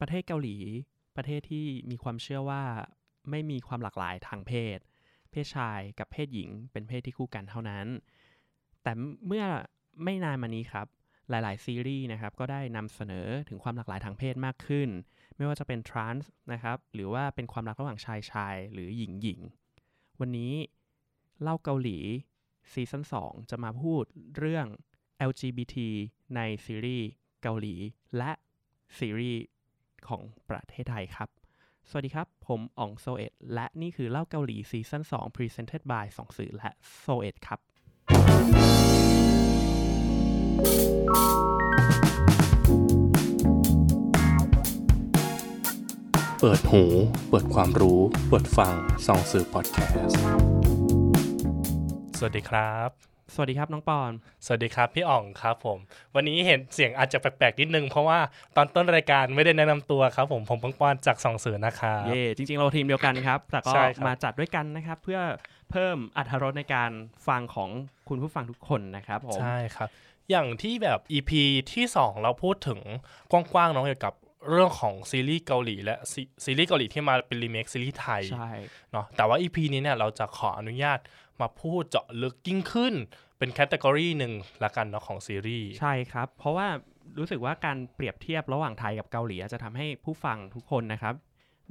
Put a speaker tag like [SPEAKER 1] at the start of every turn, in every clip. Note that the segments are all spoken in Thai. [SPEAKER 1] ประเทศเกาหลี ประเทศที่มีความเชื่อว่าไม่มีความหลากหลายทางเพศ เพศชายกับเพศหญิงเป็นเพศที่คู่กันเท่านั้น แต่เมื่อไม่นานมานี้ครับ หลายๆ ซีรีส์นะครับ ก็ได้นำเสนอถึงความหลากหลายทางเพศมากขึ้น ไม่ว่าจะเป็นทรานส์นะครับ หรือว่าเป็นความรักระหว่างชายชายหรือหญิงหญิง วันนี้เล่าเกาหลีซีซั่น2 จะมาพูดเรื่อง LGBT ในซีรีส์เกาหลี และซีรีส์ของประเทศไทยครับ สวัสดีครับ ผมอ๋องโซเอตและนี่คือเล่าเกาหลีซีซั่น2 Presented by สองสื่อและโซเอตครับ
[SPEAKER 2] เปิดหู เปิดความรู้ เปิดฟังส่องสื่อพอดแคสต์
[SPEAKER 3] สวัสดีครับ
[SPEAKER 1] สวัสดีครับน้องปอน
[SPEAKER 3] สวัสดีครับพี่อ่องครับผม วันนี้เห็นเสียงอาจจะแปลกๆนิดนึง เพราะว่าตอนต้นรายการไม่ได้แนะนำตัวครับผมผมเพิ่งปอนจากสองสื่อนะครับ
[SPEAKER 1] เย่จริงๆ เราทีมเดียวกัน ครับ แต่ก็
[SPEAKER 3] ใช่ครับ
[SPEAKER 1] มาจัดด้วยกันนะครับ เพื่อเพิ่มอรรถรสในการฟังของคุณผู้ฟังทุกคนนะครับผม
[SPEAKER 3] ใช่ครับ อย่างที่แบบ EP ที่ 2 เราพูดถึงกว้างๆเนาะเกี่ยวกับเรื่องของซีรีส์เกาหลีและซีซีรีส์เกาหลีที่มาเป็นรีเมคซีรีส์ไทย
[SPEAKER 1] ใช่
[SPEAKER 3] เนาะแต่ว่า EP นี้เนี่ยเราจะขออนุญาตมาพูดเจาะลึกยิ่งขึ้น เป็นแคตตากรีหนึ่งละกันเนาะของซีรีส์
[SPEAKER 1] ใช่ครับ เพราะว่ารู้สึกว่าการเปรียบเทียบระหว่างไทยกับเกาหลีอาจจะทำให้ผู้ฟังทุกคนนะครับ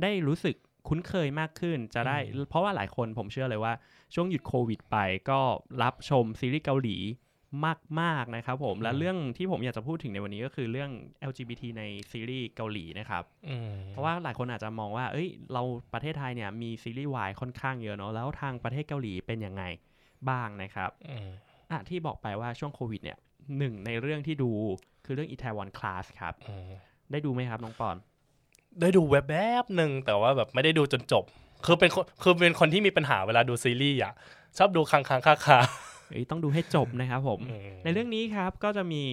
[SPEAKER 1] ได้รู้สึกคุ้นเคยมากขึ้นจะได้
[SPEAKER 3] อืม
[SPEAKER 1] เพราะว่าหลายคนผมเชื่อเลยว่า ช่วงหยุดโควิดไปก็รับชมซีรีส์เกาหลีมากๆนะครับผมและเรื่องที่ผมอยากจะพูดถึงในวันนี้ก็คือเรื่อง LGBT ในซีรีส์เกาหลีนะครับ
[SPEAKER 3] อืม
[SPEAKER 1] เพราะว่าหลายคนอาจจะมองว่า เอ้ย เราประเทศไทยเนี่ยมีซีรีส์วายค่อนข้างเยอะเนาะ แล้วทางประเทศเกาหลีเป็นยังไงบ้างนะครับ
[SPEAKER 3] อืม
[SPEAKER 1] อ่ะที่บอกไปว่าช่วงโควิดเนี่ยหนึ่งในเรื่องที่ดูคือเรื่อง Itaewon Class ครับ
[SPEAKER 3] อืม
[SPEAKER 1] ได้ดูไหมครับ น้องปอน
[SPEAKER 3] ได้ดูแวบแบๆหนึ่งแต่ว่าแบบไม่ได้ดูจนจบ คือเป็นคนคือเป็นคนที่มีปัญหาเวลาดูซีรีส์อ่ะ ชอบดูค้างค้างคาคา
[SPEAKER 1] เอ้ย ต้องดูให้จบนะครับผม
[SPEAKER 3] อืม
[SPEAKER 1] ในเรื่องนี้ครับก็จะมี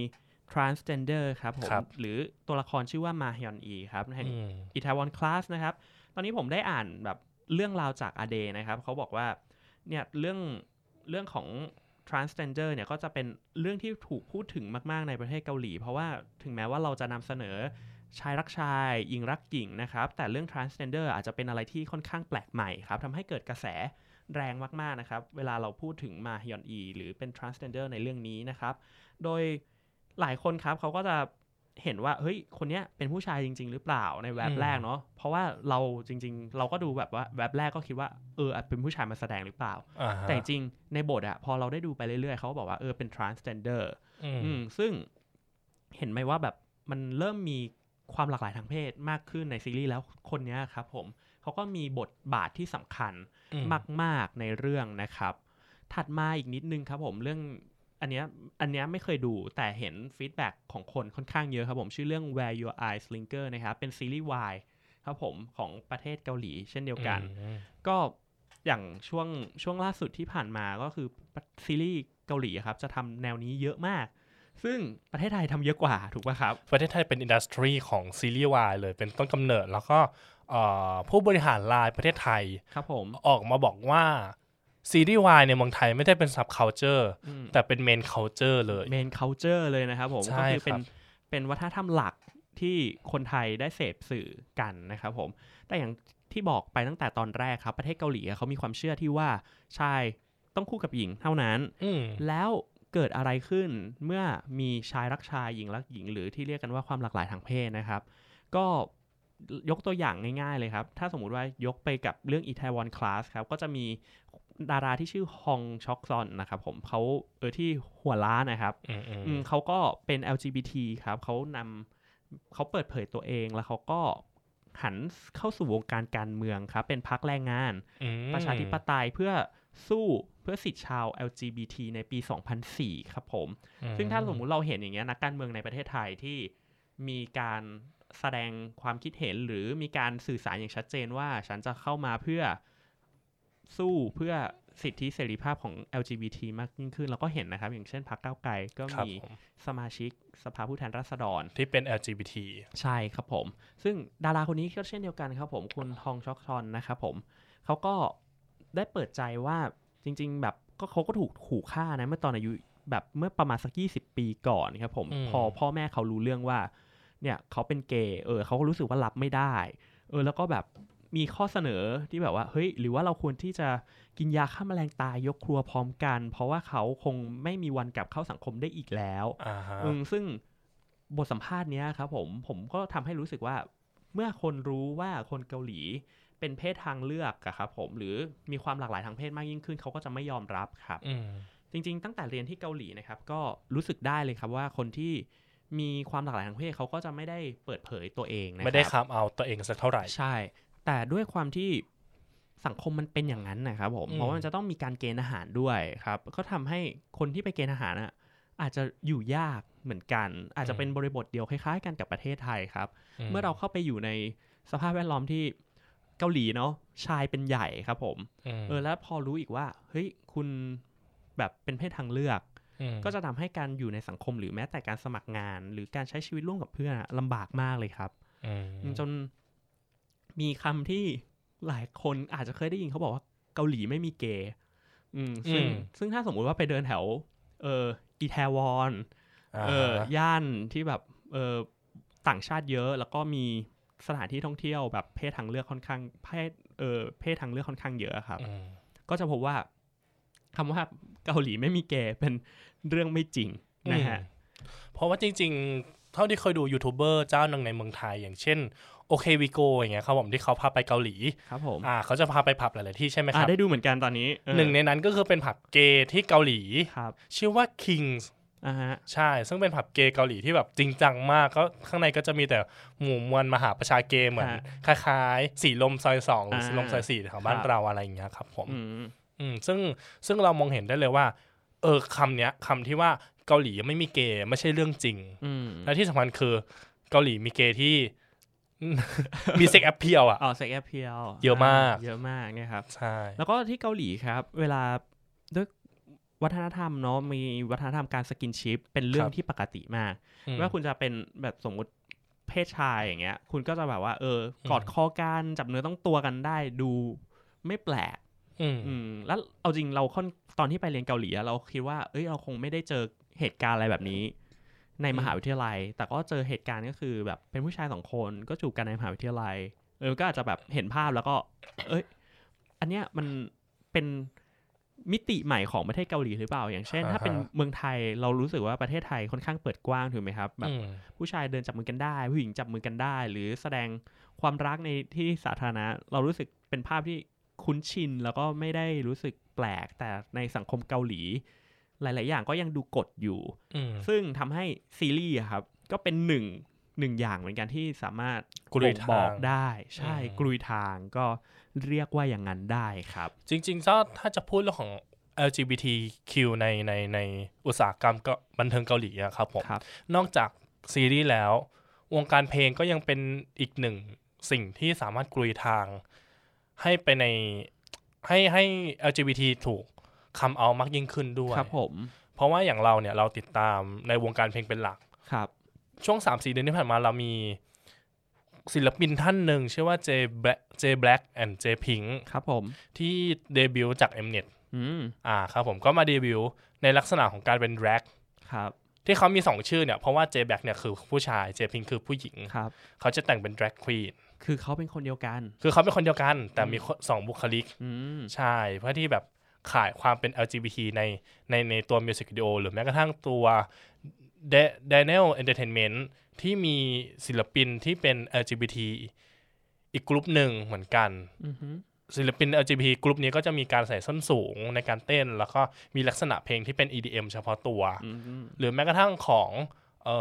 [SPEAKER 1] transgender ครับผม
[SPEAKER 3] ครับ
[SPEAKER 1] หรือตัวละครชื่อว่ามาฮยอนอีครับแห่ง
[SPEAKER 3] อืม
[SPEAKER 1] อิตา o อนคลาสนะครับ ตอนนี้ผมได้อ่านแบบเรื่องราวจากอเดนะครับ เขาบอกว่า เนี่ยเรื่องเรื่องของ transgender เนี่ยก็จะเป็นเรื่องที่ถูกพูดถึงมากๆในประเทศเกาหลี เพราะว่าถึงแม้ว่าเราจะนำเสนอชายรักชาย หญิงรักหญิงนะครับ แต่เรื่อง transgender อาจจะเป็นอะไรที่ค่อนข้างแปลกใหม่ครับทำให้เกิดกระแสแรงมากๆนะครับ เวลาเราพูดถึงมาฮยอนอีหรือเป็น transgender ในเรื่องนี้นะครับ โดยหลายคนครับเขาก็จะเห็นว่าเฮ้ยคนเนี้ยเป็นผู้ชายจริง ๆ หรือเปล่าในแวบ
[SPEAKER 3] อืม
[SPEAKER 1] แรกเนาะเพราะว่าเราจริง ๆ เราก็ดูแบบว่าแวบแรกก็คิดว่าเอออาจเป็นผู้ชายมาแสดงหรือเปล่า
[SPEAKER 3] อ่าฮะ
[SPEAKER 1] แต่จริงๆในบทอะพอเราได้ดูไปเรื่อยๆเขาก็บอกว่าเออเป็น transgender
[SPEAKER 3] อื
[SPEAKER 1] อื
[SPEAKER 3] ม
[SPEAKER 1] มซึ่งเห็นไหมว่าแบบมันเริ่มมีความหลากหลายทางเพศมากขึ้นในซีรีส์แล้วคนเนี้ยครับผมเขาก็มีบทบาทที่สำคัญ มาก ๆ ในเรื่องนะครับ ถัดมาอีกนิดนึงครับผมเรื่องอันเนี้ยอันเนี้ยไม่เคยดูแต่เห็นฟีดแบ็กของคนค่อนข้างเยอะครับผม ชื่อเรื่อง Where Your Eyes Linger นะครับ เป็นซีรีส์วายครับผมของประเทศเกาหลีเช่นเดียวกัน ก็อย่างช่วงช่วงล่าสุดที่ผ่านมาก็คือซีรีส์เกาหลีครับ จะทำแนวนี้เยอะมาก ซึ่งประเทศไทยทำเยอะกว่าถูกป่ะครับ
[SPEAKER 3] ประเทศไทยเป็นอินดัสทรีของซีรีส์วายเลยเป็นต้นกำเนิด แล้วก็เอ่อผู้บริหารรายประเทศไทย
[SPEAKER 1] ครับผม
[SPEAKER 3] ออกมาบอกว่า ซีรีส์วายในเมืองไทยไม่ได้เป็น sub culture แต่เป็น main culture เลย
[SPEAKER 1] เมนเคาเจอร์เลยนะครับผม
[SPEAKER 3] ใช่
[SPEAKER 1] ก็คือเป็
[SPEAKER 3] ครั
[SPEAKER 1] น
[SPEAKER 3] บ
[SPEAKER 1] เป็นวัฒนธรรมหลักที่คนไทยได้เสพสื่อกันนะครับผม แต่อย่างที่บอกไปตั้งแต่ตอนแรกครับ ประเทศเกาหลีอะเขามีความเชื่อที่ว่าชายต้องคู่กับหญิงเท่านั้น
[SPEAKER 3] อืม
[SPEAKER 1] แล้วเกิดอะไรขึ้นเมื่อมีชายรักชายหญิงรักหญิง หรือที่เรียกกันว่าความหลากหลายทางเพศนะครับ ก็ยกตัวอย่างง่ายๆเลยครับ ถ้าสมมุติว่ายกไปกับเรื่องอี a ทวอนคลาสครับ ก็จะมีดาราที่ชื่อฮองช็อกซอนนะครับผมเขาเออที่หัวล้านนะครับ
[SPEAKER 3] อืมอืม
[SPEAKER 1] อืมเขาก็เป็น LGBT ครับเขานำเขาเปิดเผยตัวเองแล้วเขาก็หันเข้าสู่วงการการเมืองครับ เป็นพรรคแรงงาน
[SPEAKER 3] อืม
[SPEAKER 1] ประชาธิปไตยเพื่อสู้เพื่อสิทธิชาว LGBT ในปี 2004 ครับผม
[SPEAKER 3] อื
[SPEAKER 1] ซึ่งถ้าสมมุติเราเห็นอย่างเงี้ยนักการเมืองในประเทศไทยที่มีการแสดงความคิดเห็นหรือมีการสื่อสารอย่างชัดเจนว่า ฉันจะเข้ามาเพื่อสู้เพื่อสิทธิเสรีภาพของ LGBT มากยิ่งขึ้น เราก็เห็นนะครับ อย่างเช่นพรรคก้าวไกลก็
[SPEAKER 3] ครับ
[SPEAKER 1] มี
[SPEAKER 3] ผม
[SPEAKER 1] สมาชิกสภาผู้แทนราษฎร
[SPEAKER 3] ที่เป็น LGBT
[SPEAKER 1] ใช่ครับผม ซึ่งดาราคนนี้ก็เช่นเดียวกันครับผม คุณทองช็อกชอนนะครับผม เขาก็ได้เปิดใจว่าจริง ๆ แบบก็เขาก็ถูกขู่ฆ่านะ เมื่อตอนอายุแบบเมื่อประมาณสัก 20 ปีก่อนครับผม
[SPEAKER 3] อืม
[SPEAKER 1] พอพ่อแม่เขารู้เรื่องว่า เนี่ยเขาเป็นเกย์เออเขาก็รู้สึกว่ารับไม่ได้ เออแล้วก็แบบมีข้อเสนอที่แบบว่าเฮ้ยหรือว่าเราควรที่จะกินยาฆ่าแมลงตายยกครัวพร้อมกัน เพราะว่าเขาคงไม่มีวันกลับเข้าสังคมได้อีกแล้ว
[SPEAKER 3] อ่าฮะ
[SPEAKER 1] อืมซึ่งบทสัมภาษณ์เนี้ยครับผมผมก็ทำให้รู้สึกว่า เมื่อคนรู้ว่าคนเกาหลีเป็นเพศทางเลือกอะครับผมหรือมีความหลากหลายทางเพศมากยิ่งขึ้นเขาก็จะไม่ยอมรับครับ
[SPEAKER 3] อืม
[SPEAKER 1] จริงๆ ตั้งแต่เรียนที่เกาหลีนะครับ ก็รู้สึกได้เลยครับว่าคนที่มีความหลากหลายทางเพศเขาก็จะไม่ได้เปิดเผยตัวเองนะครั
[SPEAKER 3] ไม่ได้คามเอาตัวเองสักเท่าไหร่
[SPEAKER 1] ใช่ แต่ด้วยความที่สังคมมันเป็นอย่างนั้นนะครับผม
[SPEAKER 3] อืม
[SPEAKER 1] เพราะว่ามันจะต้องมีการเกณฑ์อาหารด้วยครับ ก็ทำให้คนที่ไปเกณฑ์อาหารอะอาจจะอยู่ยากเหมือนกัน อาจจะเป็นบริบทเดียวคล้ายๆ กันกับประเทศไทยครับ เมื่อเราเข้าไปอยู่ในสภาพแวดล้อมที่เกาหลีเนาะชายเป็นใหญ่ครับผม
[SPEAKER 3] ม
[SPEAKER 1] เออแล้วพอรู้อีกว่าเฮ้ยคุณแบบเป็นเพศทางเลือก
[SPEAKER 3] ม
[SPEAKER 1] ก็จะทำให้การอยู่ในสังคมหรือแม้แต่การสมัครงาน หรือการใช้ชีวิตร่วมกับเพื่อนอะลำบากมากเลยครับ
[SPEAKER 3] อืม
[SPEAKER 1] จนมีคำที่หลายคนอาจจะเคยได้ยินเขาบอกว่าเกาหลีไม่มีเกย์อืมซึ่งซึ่งถ้าสมมุติว่าไปเดินแถว เอออีแทวอน
[SPEAKER 3] าฮะ
[SPEAKER 1] เออย่านที่แบบเออต่างชาติเยอะ แล้วก็มีสถานที่ท่องเที่ยวแบบเพศทางเลือกค่อนข้างเพศเออเพศทางเลือกค่อนข้างเยอะครับ
[SPEAKER 3] อืม
[SPEAKER 1] ก็จะพบว่าคำว่าเกาหลีไม่มีเกย์เป็นเรื่องไม่จริงนะฮะ
[SPEAKER 3] เพราะว่าจริง ๆ เท่าที่เคยดูยูทูบเบอร์เจ้าหนึ่งในเมืองไทย อย่างเช่นโอเควิโกอย่างเงี้ยครับผมที่เขาพาไปเกาหลี
[SPEAKER 1] ครับผม
[SPEAKER 3] อ่าเขาจะพาไปผับหลาย ๆ ที่ใช่ไหมค
[SPEAKER 1] อ่า
[SPEAKER 3] รับ
[SPEAKER 1] ได้ดูเหมือนกันตอนนี้เออ
[SPEAKER 3] หนึ่งในนั้นก็คือเป็นผับเกย์ที่เกาหลี
[SPEAKER 1] ครับ
[SPEAKER 3] ชื่อว่า Kings
[SPEAKER 1] อ่าฮะ
[SPEAKER 3] ใช่ ซึ่งเป็นผับเกย์เกาหลีที่แบบจริงจังมาก ก็ข้างในก็จะมีแต่หมู่มวลมหาประชาเกย์เหมือน
[SPEAKER 1] ฮะ
[SPEAKER 3] คล้ายๆ สีลมซอยสองหรืออา สีลมซอยสี่ของบ้า
[SPEAKER 1] ค
[SPEAKER 3] น
[SPEAKER 1] รับ
[SPEAKER 3] เราอะไรอย่างเงี้ยครับผม
[SPEAKER 1] อืม
[SPEAKER 3] อืมซึ่งซึ่งเรามองเห็นได้เลยว่า เออคำเนี้ยคำที่ว่าเกาหลีไม่มีเกย์ไม่ใช่เรื่องจริง
[SPEAKER 1] อืม
[SPEAKER 3] และที่สำคัญคือเกาหลีมีเกย์ที่ มีเซ็กแอปเพียวอ่ะ
[SPEAKER 1] อ๋อเซ็กแอพเพียว
[SPEAKER 3] เยอะมาก
[SPEAKER 1] เยอะมากเนี่ยครับ
[SPEAKER 3] ใช่
[SPEAKER 1] แล้วก็ที่เกาหลีครับ เวลาด้วยวัฒนธรรมเนาะมีวัฒนธรรมการสกินชิปเป็นเรื่องที่ปกติมาก
[SPEAKER 3] อืม
[SPEAKER 1] ว่าคุณจะเป็นแบบสมมติเพศชายอย่างเงี้ย คุณก็จะแบบว่า เออ กอด
[SPEAKER 3] อืม
[SPEAKER 1] คอกันจับเนื้อต้องตัวกันได้ดูไม่แปลก
[SPEAKER 3] อืม
[SPEAKER 1] อืมแล้วเอาจริงเราค่อนตอนที่ไปเรียนเกาหลีอะเราคิดว่าเอ้ยเราคงไม่ได้เจอเหตุการณ์อะไรแบบนี้ ใน
[SPEAKER 3] อืม
[SPEAKER 1] มหาวิทยาลัย แต่ก็เจอเหตุการณ์ก็คือแบบเป็นผู้ชายสองคนก็จูบกันในมหาวิทยาลัยเออก็อาจจะแบบเห็นภาพแล้วก็ เอ้ยอันเนี้ยมันเป็นมิติใหม่ของประเทศเกาหลีหรือเปล่า อย่างเช่น ถ้าเป็นเมืองไทยเรารู้สึกว่าประเทศไทยค่อนข้างเปิดกว้างถูกไหมครับแบบ
[SPEAKER 3] อืม
[SPEAKER 1] ผู้ชายเดินจับมือกันได้ ผู้หญิงจับมือกันได้ หรือแสดงความรักในที่สาธารณะ เรารู้สึกเป็นภาพที่คุ้นชิน แล้วก็ไม่ได้รู้สึกแปลก แต่ในสังคมเกาหลี หลาย ๆ อย่างก็ยังดูกดอยู่
[SPEAKER 3] อืม
[SPEAKER 1] ซึ่งทำให้ซีรีส์อะครับ ก็เป็นหนึ่งหนึ่งอย่างเหมือนกันที่สามารถ
[SPEAKER 3] กลุยทาง
[SPEAKER 1] บ่งบอกได้ ใช่
[SPEAKER 3] อืม
[SPEAKER 1] กลุยทางก็เรียกว่าอย่างนั้นได้ครับ
[SPEAKER 3] จริงๆถ้าถ้าจะพูดเรื่องของ LGBTQ ในในในอุตสาหกรรมก็บันเทิงเกาหลีอะครับผม
[SPEAKER 1] ครับ
[SPEAKER 3] นอกจากซีรีส์แล้ว วงการเพลงก็ยังเป็นอีกหนึ่งสิ่งที่สามารถกลุยทาง ให้ไปในให้ให้ LGBT ถูกคำเอามากยิ่งขึ้นด้วย
[SPEAKER 1] ครับผม
[SPEAKER 3] เพราะว่าอย่างเราเนี่ยเราติดตามในวงการเพลงเป็นหลัก
[SPEAKER 1] ครับ
[SPEAKER 3] ช่วง 3 4 เดือนที่ผ่านมาเรามีศิลปินท่านหนึ่งชื่อว่า J Black J Black and J Pink
[SPEAKER 1] ครับผม
[SPEAKER 3] ที่เดบิวต์จาก Mnet
[SPEAKER 1] อืม
[SPEAKER 3] อ่าครับผมก็มาเดบิวต์ในลักษณะของการเป็นแร็ก
[SPEAKER 1] ครับ
[SPEAKER 3] ที่เขามี 2 ชื่อเนี่ย เพราะว่า j b a c k เนี่ยคือผู้ชาย j p i n k คือผู้หญิง
[SPEAKER 1] ครับ
[SPEAKER 3] เขาจะแต่งเป็นแร็กควีน
[SPEAKER 1] คือเขาเป็นคนเดียวกัน
[SPEAKER 3] คือเขาเป็นคนเดียวกัน แต่มีคนสองบุคลิก
[SPEAKER 1] อืม
[SPEAKER 3] ใช่ เพื่อที่แบบขายความเป็น LGBT ในในในตัวมิวสิกวิดีโอหรือแม้กระทั่งตัว Da- Daniel Entertainment ที่มีศิลปินที่เป็น LGBT อีกกลุ่มหนึ่งเหมือนกัน
[SPEAKER 1] อือหือ
[SPEAKER 3] ศิลปิน LGBT กลุ่มนี้ก็จะมีการใส่ส้นสูงในการเต้น แล้วก็มีลักษณะเพลงที่เป็น EDM เฉพาะตัว
[SPEAKER 1] อืม
[SPEAKER 3] หรือแม้กระทั่งของเอ่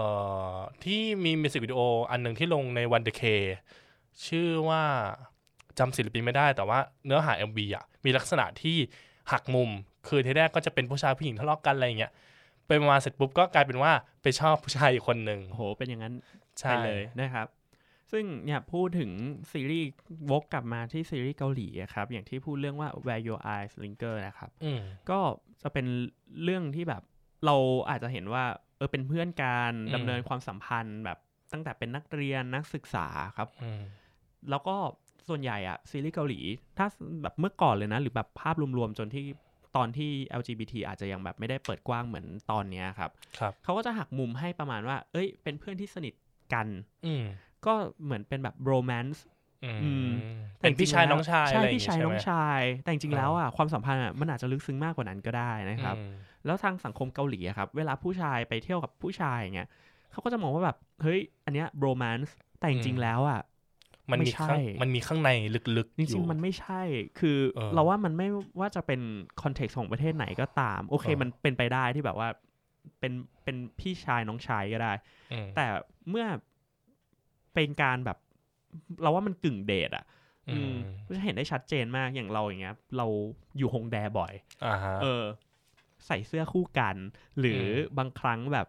[SPEAKER 3] อที่มีมิวสิกวิดีโออันหนึ่งที่ลงในวันเด e k เคชื่อว่าจำศิลปินไม่ได้ แต่ว่าเนื้อหา MV อ่ะมีลักษณะที่หักมุม คือที่แรกก็จะเป็นผู้ชายผู้หญิงทะเลาะกันอะไรอย่างเงี้ยไปมาเสร็จปุ๊บก็กลายเป็นว่าไปชอบผู้ชายอีกคนหนึ่ง
[SPEAKER 1] โอ้โห เป็นอย่างนั้น
[SPEAKER 3] ใช่
[SPEAKER 1] ไปเลยนะครับ ซึ่งเนี่ยพูดถึงซีรีส์วกกลับมาที่ซีรีส์เกาหลีอะครับ อย่างที่พูดเรื่องว่า Where Your Eyes Linger นะครับ
[SPEAKER 3] อืม
[SPEAKER 1] ก็จะเป็นเรื่องที่แบบเราอาจจะเห็นว่า เออเป็นเพื่อนกัน
[SPEAKER 3] อืม
[SPEAKER 1] ดำเนินความสัมพันธ์แบบตั้งแต่เป็นนักเรียนนักศึกษาครับ
[SPEAKER 3] อืม
[SPEAKER 1] แล้วก็ส่วนใหญ่อะซีรีส์เกาหลี ถ้าแบบเมื่อก่อนเลยนะ หรือแบบภาพรวมๆ จนที่ตอนที่ LGBT อาจจะยังแบบไม่ได้เปิดกว้างเหมือนตอนเนี้ยครับ
[SPEAKER 3] ครับ
[SPEAKER 1] เขาก็จะหักมุมให้ประมาณว่า เอ้ย เป็นเพื่อนที่สนิท กัน
[SPEAKER 3] อืม
[SPEAKER 1] ก็เหมือนเป็นแบบ romance
[SPEAKER 3] อื
[SPEAKER 1] อืม
[SPEAKER 3] มเป็นพี่ชายน้องชาย
[SPEAKER 1] ใช่
[SPEAKER 3] อะไรอย่
[SPEAKER 1] พี่ชายน้อง
[SPEAKER 3] ใไหม
[SPEAKER 1] ชาย แต่จริงๆแล้วอ่ะความสัมพันธ์อะมันอาจจะลึกซึ้งมากกว่านั้นก็ได้นะครับ
[SPEAKER 3] อืม
[SPEAKER 1] แล้วทางสังคมเกาหลีอะครับ เวลาผู้ชายไปเที่ยวกับผู้ชายอย่างเงี้ยเขาก็จะมองว่าแบบ เฮ้ย อันเนี้ย romance แต่จริงๆแล้วอ่ะ
[SPEAKER 3] มัน
[SPEAKER 1] ไม่
[SPEAKER 3] มี
[SPEAKER 1] ใช่
[SPEAKER 3] ข้างมันมีข้างในลึกๆ
[SPEAKER 1] จ
[SPEAKER 3] อ
[SPEAKER 1] ริ
[SPEAKER 3] ยู่
[SPEAKER 1] งๆมันไม่ใช่ คือ
[SPEAKER 3] เออ
[SPEAKER 1] เราว่ามันไม่ว่าจะเป็นคอนเท็กซ์ของประเทศไหนก็ตาม โอเค
[SPEAKER 3] เออ
[SPEAKER 1] มันเป็นไปได้ที่แบบว่า เป็นเป็นพี่ชายน้องชายก็ได้
[SPEAKER 3] อืม
[SPEAKER 1] แต่เมื่อเป็นการแบบ เราว่ามันกึ่งเดทอ่ะ
[SPEAKER 3] อืม
[SPEAKER 1] ก็จะเห็นได้ชัดเจนมากอย่างเราอย่างเงี้ย เราอยู่ฮงแดบ่อย
[SPEAKER 3] อ่าฮะ
[SPEAKER 1] เออ ใส่เสื้อคู่กัน หรืออ
[SPEAKER 3] ม
[SPEAKER 1] บางครั้งแบบ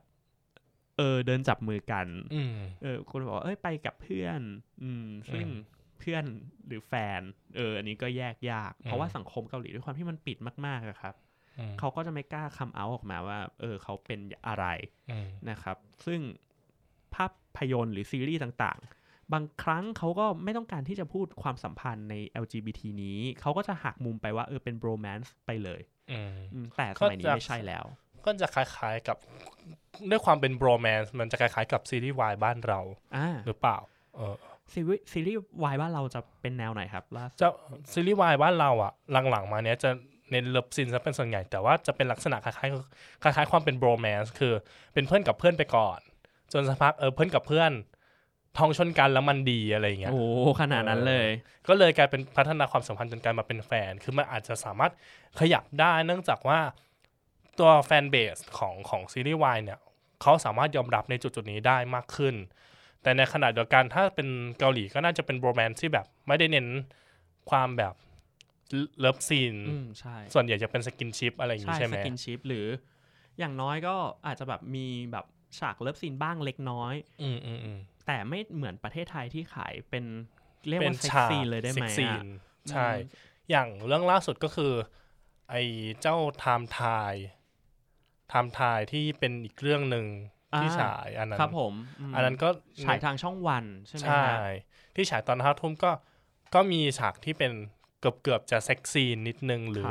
[SPEAKER 1] เออ เดินจับมือกัน
[SPEAKER 3] อืม
[SPEAKER 1] เออคนบอกว่าเอ้ยไปกับเพื่อน อืม ซึ่ง
[SPEAKER 3] อืม
[SPEAKER 1] เพื่อนหรือแฟน เออ อันนี้ก็แยกยาก
[SPEAKER 3] อืม
[SPEAKER 1] เพราะว่าสังคมเกาหลีด้วยความที่มันปิดมากๆอะครับ
[SPEAKER 3] อืม
[SPEAKER 1] เขาก็จะไม่กล้าคำเอาออกมาว่า เออ เขาเป็นอะไร
[SPEAKER 3] อืม
[SPEAKER 1] นะครับ ซึ่งภาพยนตร์หรือซีรีส์ต่างๆ บางครั้งเขาก็ไม่ต้องการที่จะพูดความสัมพันธ์ใน LGBT นี้ เขาก็จะหักมุมไปว่าเออเป็น bromance ไปเลย
[SPEAKER 3] อืม
[SPEAKER 1] อืมแต่สมัยนี้
[SPEAKER 3] ก็จะ
[SPEAKER 1] ไม่ใช่แล้ว
[SPEAKER 3] ก็จะคล้ายๆกับด้วยความเป็นโบรแมนส์มันจะคล้ายๆกับซีรีส์วายบ้านเรา
[SPEAKER 1] อ่า
[SPEAKER 3] หรือเปล่า เออ
[SPEAKER 1] ซีรีส์ซีรีส์วายบ้านเราจะเป็นแนวไหนครับล่าสุด
[SPEAKER 3] จะซีรีส์วายบ้านเราอะหลังๆมาเนี้ยจะเน้นเลิฟซีนซะเป็นส่วนใหญ่ แต่ว่าจะเป็นลักษณะคล้ายๆคล้ายๆความเป็นโบรแมนส์คือเป็นเพื่อนกับเพื่อนไปก่อน จนสักพักเออเพื่อนกับเพื่อนท้องชนกันแล้วมันดีอะไรอย่างเงี้ย
[SPEAKER 1] โอ้โหขนาดนั้นเลย
[SPEAKER 3] ก็เลยกลายเป็นพัฒนาความสัมพันธ์จนกลายมาเป็นแฟน คือมันอาจจะสามารถขยับได้เนื่องจากว่าตัวแฟนเบสของของซีรีส์วายเนี่ยเขาสามารถยอมรับในจุดจุดๆนี้ได้มากขึ้น แต่ในขณะเดียวกันถ้าเป็นเกาหลีก็น่าจะเป็นโรแมนต์ที่แบบไม่ได้เน้นความแบบเลิฟซีน
[SPEAKER 1] อืมใช่
[SPEAKER 3] ส่วนใหญ่จะเป็นสกินชิปอะไรอย่าง
[SPEAKER 1] ใช่
[SPEAKER 3] นี้ใช่ไห
[SPEAKER 1] ส
[SPEAKER 3] ม
[SPEAKER 1] กินชิพหรือ อย่างน้อยก็อาจจะแบบมีแบบฉากเลิฟซีนบ้างเล็กน้อย
[SPEAKER 3] อืมอืมอืม
[SPEAKER 1] แต่ไม่เหมือนประเทศไทยที่ขายเป็นเรียก
[SPEAKER 3] เป็น
[SPEAKER 1] ว่าเซ็ก
[SPEAKER 3] ฉาก
[SPEAKER 1] ซีนเลยได้ไหม
[SPEAKER 3] เซ็กซี
[SPEAKER 1] อะ
[SPEAKER 3] นใช่ อย่างเรื่องล่าสุดก็คือไอ้เจ้าไทม์ไทยไทม์ไทยที่เป็นอีกเรื่องหนึ่งที่
[SPEAKER 1] อ่า
[SPEAKER 3] ฉายอันนั้น
[SPEAKER 1] ครับผมม
[SPEAKER 3] อันนั้นก็
[SPEAKER 1] ฉายทางช่องวันใช่ไหม
[SPEAKER 3] ใช่
[SPEAKER 1] ฮะ
[SPEAKER 3] ที่ฉายตอนห้าทุ่มก็ก็มีฉากที่เป็นเกือบเกือบๆจะเซ็กซีนนิดนึง หรือ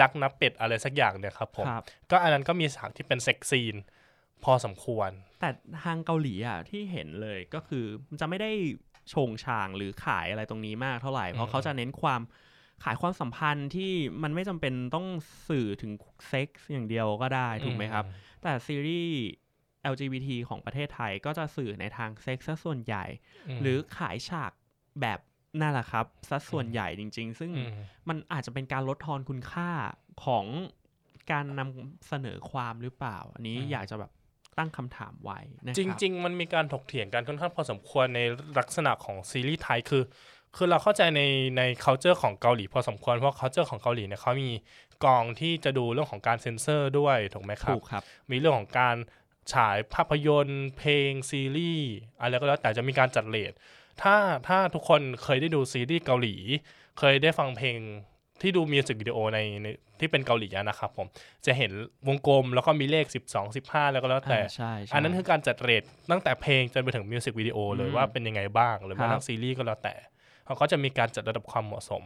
[SPEAKER 3] ลักนับเป็ดอะไรสักอย่างเนี่ยครับผม
[SPEAKER 1] ครับ
[SPEAKER 3] ก็อันนั้นก็มีฉากที่เป็นเซ็กซีน พอสมควร
[SPEAKER 1] แต่ทางเกาหลีอ่ะที่เห็นเลยก็คือมันจะไม่ได้ชงชางหรือขายอะไรตรงนี้มากเท่าไหร่ เพ
[SPEAKER 3] อื
[SPEAKER 1] ราะ
[SPEAKER 3] ม
[SPEAKER 1] เขาจะเน้นความขายความสัมพันธ์ที่มันไม่จำเป็นต้องสื่อถึงเซ็กซ์อย่างเดียวก็ได้ถูกไหมครับ แต่ซีรีส์ LGBT ของประเทศไทยก็จะสื่อในทางเซ็กซ์ซะส่วนใหญ่
[SPEAKER 3] ม
[SPEAKER 1] หรือขายฉากแบบนั่นแหละครับซะส่วนใหญ่จริง ๆ ซึ่ง
[SPEAKER 3] อืม
[SPEAKER 1] มันอาจจะเป็นการลดทอนคุณค่าของการนำเสนอความหรือเปล่า อันนี้
[SPEAKER 3] อืม
[SPEAKER 1] อยากจะแบบตั้งคำถามไว้นะค
[SPEAKER 3] จ
[SPEAKER 1] รับ
[SPEAKER 3] ริง ๆ มันมีการถกเถียงกันค่อนข้างพอสมควรในลักษณะของซีรีส์ไทยคือ คือเราเข้าใจในใน culture ของเกาหลีพอสมควร เพราะ culture ของเกาหลีเนี่ยเขามีกองที่จะดูเรื่องของการเซ็นเซอร์ด้วยถูกไหมครับ
[SPEAKER 1] ถูกครับ
[SPEAKER 3] มีเรื่องของการฉายภาพยนตร์ เพลงซีรีส์อะไรก็แล้วแต่จะมีการจัดเลทถ้าถ้าทุกคนเคยได้ดูซีรีส์เกาหลี เคยได้ฟังเพลงที่ดูมิวสิกวิดีโอในในที่เป็นเกาหลีอะนะครับผมจะเห็นวงกลมแล้วก็มีเลข 12 15 แล้วก็แล้วแต่
[SPEAKER 1] อ่าใช่ใช่
[SPEAKER 3] อันนั้นคือการจัดเรทตั้งแต่เพลงจนไปถึงมิวสิกวิดีโอเลย
[SPEAKER 1] อืม
[SPEAKER 3] ว่าเป็นยังไงบ้าง หรือ
[SPEAKER 1] ค
[SPEAKER 3] แม้
[SPEAKER 1] รั
[SPEAKER 3] ทั้
[SPEAKER 1] บ
[SPEAKER 3] งซีรีส์ก็แล้วแต่เขาก็จะมีการจัดระดับความเหมาะสม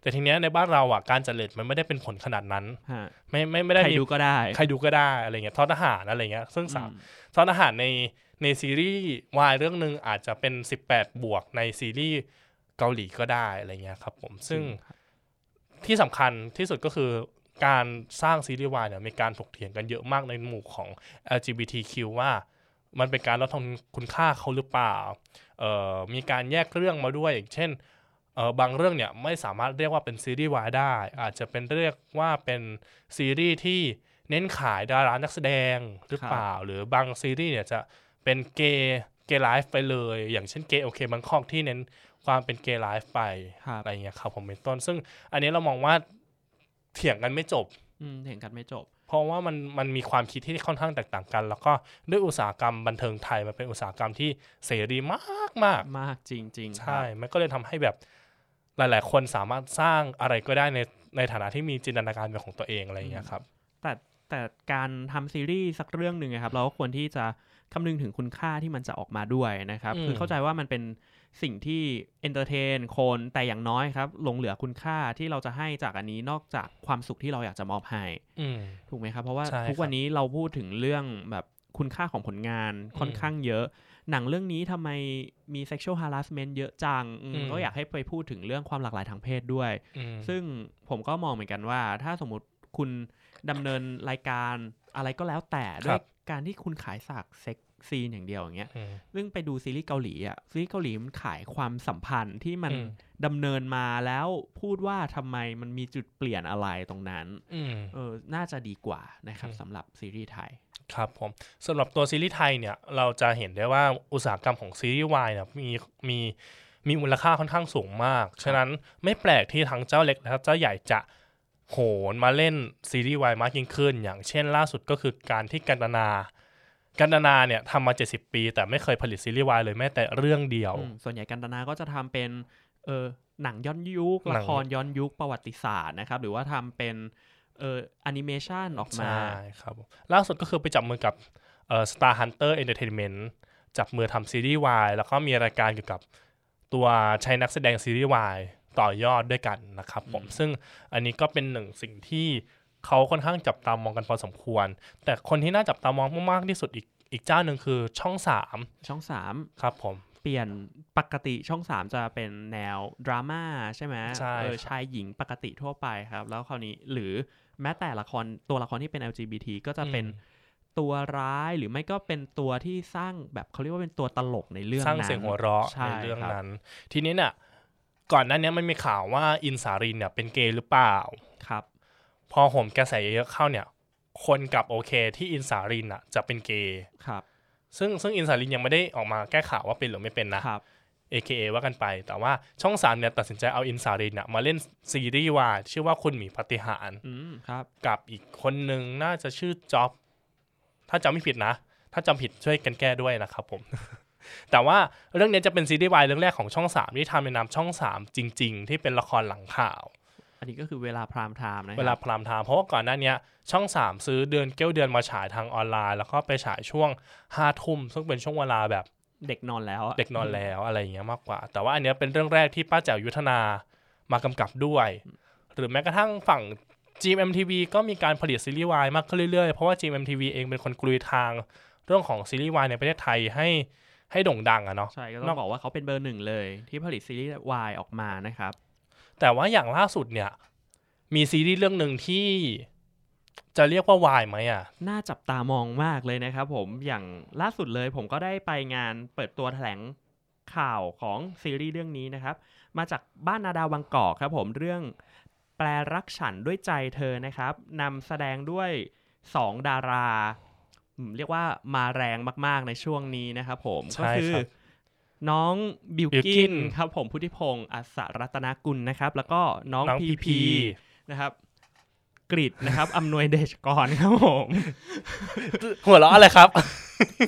[SPEAKER 3] แต่ทีเนี้ยในบ้านเราอ่ะการจัดเรทมันไม่ได้เป็นผลขนาดนั้น
[SPEAKER 1] ฮะ
[SPEAKER 3] ไม่ไม่ไม่ได้
[SPEAKER 1] ใคร
[SPEAKER 3] มี
[SPEAKER 1] ดูก็ได้
[SPEAKER 3] ใครดูก็ได้อะไรเงี้ยทอดอาหารอะไรเงี้ยซึ่งสาม
[SPEAKER 1] อืม
[SPEAKER 3] ทอดอาหารในในซีรีส์วายเรื่องหนึ่งอาจจะเป็น 18 บวกในซีรีส์เกาหลีก็ได้อะไรเงี้ยครับผมซึ่ง ที่สำคัญที่สุดก็คือการสร้างซีรีส์วายเนี่ยมีการถกเถียงกันเยอะมากในหมู่ของ LGBTQ ว่ามันเป็นการลดทอนคุณค่าเขาหรือเปล่าเอ่อมีการแยกเรื่องมาด้วยอย่างเช่นเอ่อบางเรื่องเนี่ยไม่สามารถเรียกว่าเป็นซีรีส์วายได้ อาจจะเป็นเรียกว่าเป็นซีรีส์ที่เน้นขายดารานักแสดงหรือเปล่า หรือบางซีรีส์เนี่ยจะเป็นเกย์เกย์ไลฟ์ไปเลย อย่างเช่นเกย์โอเคบางคอกที่เน้นความเป็นเกย์ไลฟ์ไป
[SPEAKER 1] ครับ
[SPEAKER 3] อะไรอย่างเงี้ยครับผมเป็นต้น ซึ่งอันนี้เรามองว่าเถียงกันไม่จบ
[SPEAKER 1] อืมเถียงกันไม่จบ
[SPEAKER 3] เพราะว่ามันมันมีความคิดที่ค่อนข้างแตกต่างกัน แล้วก็ด้วยอุตสาหกรรมบันเทิงไทยมันเป็นอุตสาหกรรมที่เสรีมากมาก
[SPEAKER 1] มากจริงๆครั
[SPEAKER 3] ๆใช่
[SPEAKER 1] บ
[SPEAKER 3] มันก็เลยทำให้แบบหลาย ๆ คนสามารถสร้างอะไรก็ได้ในในฐานะที่มีจินตนาการเป็นของตัวเองอะไรอย่างเงี้ยครับ
[SPEAKER 1] แต่แต่การทำซีรีส์สักเรื่องหนึ่งนะครับ เราก็ควรที่จะคำนึงถึงคุณค่าที่มันจะออกมาด้วยนะครับ
[SPEAKER 3] อืม
[SPEAKER 1] คือเข้าใจว่ามันเป็นสิ่งที่เอนเตอร์เทนคนแต่อย่างน้อยครับหลงเหลือคุณค่าที่เราจะให้จากอันนี้นอกจากความสุขที่เราอยากจะมอบให้
[SPEAKER 3] อืม
[SPEAKER 1] ถูกไหมครับ เพราะว่า
[SPEAKER 3] ใช่
[SPEAKER 1] ทุกวัน
[SPEAKER 3] ครับ
[SPEAKER 1] นี้เราพูดถึงเรื่องแบบคุณค่าของผลงานค่อน
[SPEAKER 3] อืม
[SPEAKER 1] ข้างเยอะ หนังเรื่องนี้ทำไมมี sexual harassment เยอะจังอืม
[SPEAKER 3] อืม
[SPEAKER 1] ก็อยากให้ไปพูดถึงเรื่องความหลากหลายทางเพศด้วย
[SPEAKER 3] อืม
[SPEAKER 1] ซึ่งผมก็มองเหมือนกันว่า ถ้าสมมติคุณดำเนินรายการอะไรก็แล้วแต่ด้วยการที่คุณขายสากเซ็กซีนอย่างเดียวอย่างเงี้ย
[SPEAKER 3] อืม
[SPEAKER 1] ซึ่งไปดูซีรีส์เกาหลีอ่ะซีรีส์เกาหลีมันขายความสัมพันธ์ที่มัน
[SPEAKER 3] อืม
[SPEAKER 1] ดำเนินมาแล้วพูดว่าทำไมมันมีจุดเปลี่ยนอะไรตรงนั้น
[SPEAKER 3] อืม
[SPEAKER 1] เออ น่าจะดีกว่านะครับ
[SPEAKER 3] อืม
[SPEAKER 1] สำหรับซีรีส์ไทย
[SPEAKER 3] ครับผมสำหรับตัวซีรีส์ไทยเนี่ยเราจะเห็นได้ว่าอุตสาหกรรมของซีรีส์วายเนี่ยมีมีมีมูลค่าค่อนข้างสูงมาก ฉะนั้นไม่แปลกที่ทั้งเจ้าเล็กและเจ้าใหญ่จะโหนมาเล่นซีรีส์วายมากยิ่งขึ้น อย่างเช่นล่าสุดก็คือการที่กันตนากันตนาเนี่ยทำมา 70 ปี แต่ไม่เคยผลิตซีรีส์วายเลยแม้แต่เรื่องเดียว
[SPEAKER 1] อืมส่วนใหญ่กันตนาก็จะทำเป็นเออหนังย้อนยุค
[SPEAKER 3] หนั
[SPEAKER 1] ละ
[SPEAKER 3] ง
[SPEAKER 1] ครย้อนยุคประวัติศาสตร์นะครับ หรือว่าทำเป็นเออแอนิเมชันออกมา
[SPEAKER 3] ใช่ครับผมล่าสุดก็คือไปจับมือกับเอ่อ Star Hunter Entertainment จับมือทำซีรีส์วายแล้วก็มีรายการเกี่ยวกับตัวใช้นักแสดงซีรีส์วายต่อยอดด้วยกันนะครับผมซึ่งอันนี้ก็เป็นหนึ่งสิ่งที่เขาค่อนข้างจับตามองกันพอสมควร แต่คนที่น่าจับตามองมากๆที่สุดอีกอีกเจ้าหนึ่งคือช่อง
[SPEAKER 1] ช่อง
[SPEAKER 3] 3 ครับผม
[SPEAKER 1] 3 เปลี่ยนปกติช่อง 3 จะเป็นแนวดราม่าใช่ไหม
[SPEAKER 3] ใช่
[SPEAKER 1] เออ
[SPEAKER 3] ครับ
[SPEAKER 1] ชายหญิงปกติทั่วไปครับ แล้วคราวนี้หรือแม้แต่ละครตัวละครที่เป็น LGBT ก็จะเป็นตัวร้ายหรือไม่ก็เป็นตัวที่สร้างแบบเขาเรียกว่าเป็นตัวตลกในเรื่อง
[SPEAKER 3] สร้าง
[SPEAKER 1] นั้น
[SPEAKER 3] เสียงหัวเราะ
[SPEAKER 1] ช่
[SPEAKER 3] ในเรื่อง
[SPEAKER 1] คบ
[SPEAKER 3] นั้น ทีนี้เนี่ยก่อนหน้านี้มันมีข่าวว่าอินสารินเนี่ยเป็นเกย์หรือเปล่า
[SPEAKER 1] ครับ
[SPEAKER 3] พอโหมกระแสเยอะๆเข้าเนี่ย คนกลับโอเคที่อินสารินอ่ะจะเป็นเกย์
[SPEAKER 1] ครับ
[SPEAKER 3] ซึ่งซึ่งอินสารินยังไม่ได้ออกมาแก้ข่าวว่าเป็นหรือไม่เป็นนะ
[SPEAKER 1] ครับ
[SPEAKER 3] AKA ว่ากันไป แต่ว่าช่องสามเนี่ยตัดสินใจเอาอินสารินอ่ะมาเล่นซีรีส์วายชื่อว่าคุณหมีปาฏิหารย์
[SPEAKER 1] อืมครับ
[SPEAKER 3] กับอีกคนหนึ่งน่าจะชื่อจ็อบ ถ้าจำไม่ผิดนะ ถ้าจำผิดช่วยกันแก้ด้วยนะครับผม แต่ว่าเรื่องเนี้ยจะเป็นซีรีส์วายเรื่องแรกของช่องสามที่ทำในนามช่องสามจริง ๆ ที่เป็นละครหลังข่าว
[SPEAKER 1] อันนี้ก็คือเวลาพรามไทม์นะค
[SPEAKER 3] เว
[SPEAKER 1] รับ
[SPEAKER 3] ลาพรามไทม์เพราะว่าก่อนหน้าเนี้ยช่อง 3 ซื้อเดือนเกี้ยวเดือนมาฉายทางออนไลน์ แล้วก็ไปฉายช่วง5้าทุ่มซึ่งเป็นช่วงเวลาแบบ
[SPEAKER 1] เด็กนอนแล้วะ
[SPEAKER 3] เด็กนอนแล้วอะไรอย่างเงี้ยมากกว่า แต่ว่าอันเนี้ยเป็นเรื่องแรกที่ป้าแจ๋วยุทธนามากำกับด้วย หรือแม้กระทั่งฝั่ง GMTV ก็มีการผลิตซีรีส์วายมากขึ้นเรื่อยๆ เพราะว่า GMTV เองเป็นคนกลุยทางเรื่องของซีรีส์วายในประเทศไทยให้ให้โด่งดังอะเนาะ
[SPEAKER 1] ใช่ก็ต้
[SPEAKER 3] น
[SPEAKER 1] อ
[SPEAKER 3] อก
[SPEAKER 1] งบอกว่าเขาเป็นเบอร์หนึ่งเลย ที่ผลิตซีรีส์วายออกมานะครับ
[SPEAKER 3] แต่ว่าอย่างล่าสุดเนี่ยมีซีรีส์เรื่องหนึ่งที่จะเรียกว่าวายไหมอะ
[SPEAKER 1] น่าจับตามองมากเลยนะครับผมอย่างล่าสุดเลยผมก็ได้ไปงานเปิดตัวแถลงข่าวของซีรีส์เรื่องนี้นะครับ มาจากบ้านนาดาววังกอกครับผมเรื่องแปลรักฉันด้วยใจเธอนะครับนำแสดงด้วย 2 ดาราอืมเรียกว่ามาแรงมาก ๆ ในช่วงนี้นะครับผม
[SPEAKER 3] ใช่
[SPEAKER 1] ก็คือ
[SPEAKER 3] ครับ
[SPEAKER 1] น้องบิว
[SPEAKER 3] บิวกิ
[SPEAKER 1] กิ
[SPEAKER 3] น
[SPEAKER 1] นครับผมพุทธิพงศ์อัสสรัตนกุลนะครับ แล้วก็น้อง
[SPEAKER 3] น้อง
[SPEAKER 1] พี
[SPEAKER 3] พี
[SPEAKER 1] พี
[SPEAKER 3] พี
[SPEAKER 1] นะครับกริดนะครับอำนวยเดชกรครับผม
[SPEAKER 3] หัวเราะอะไรครับ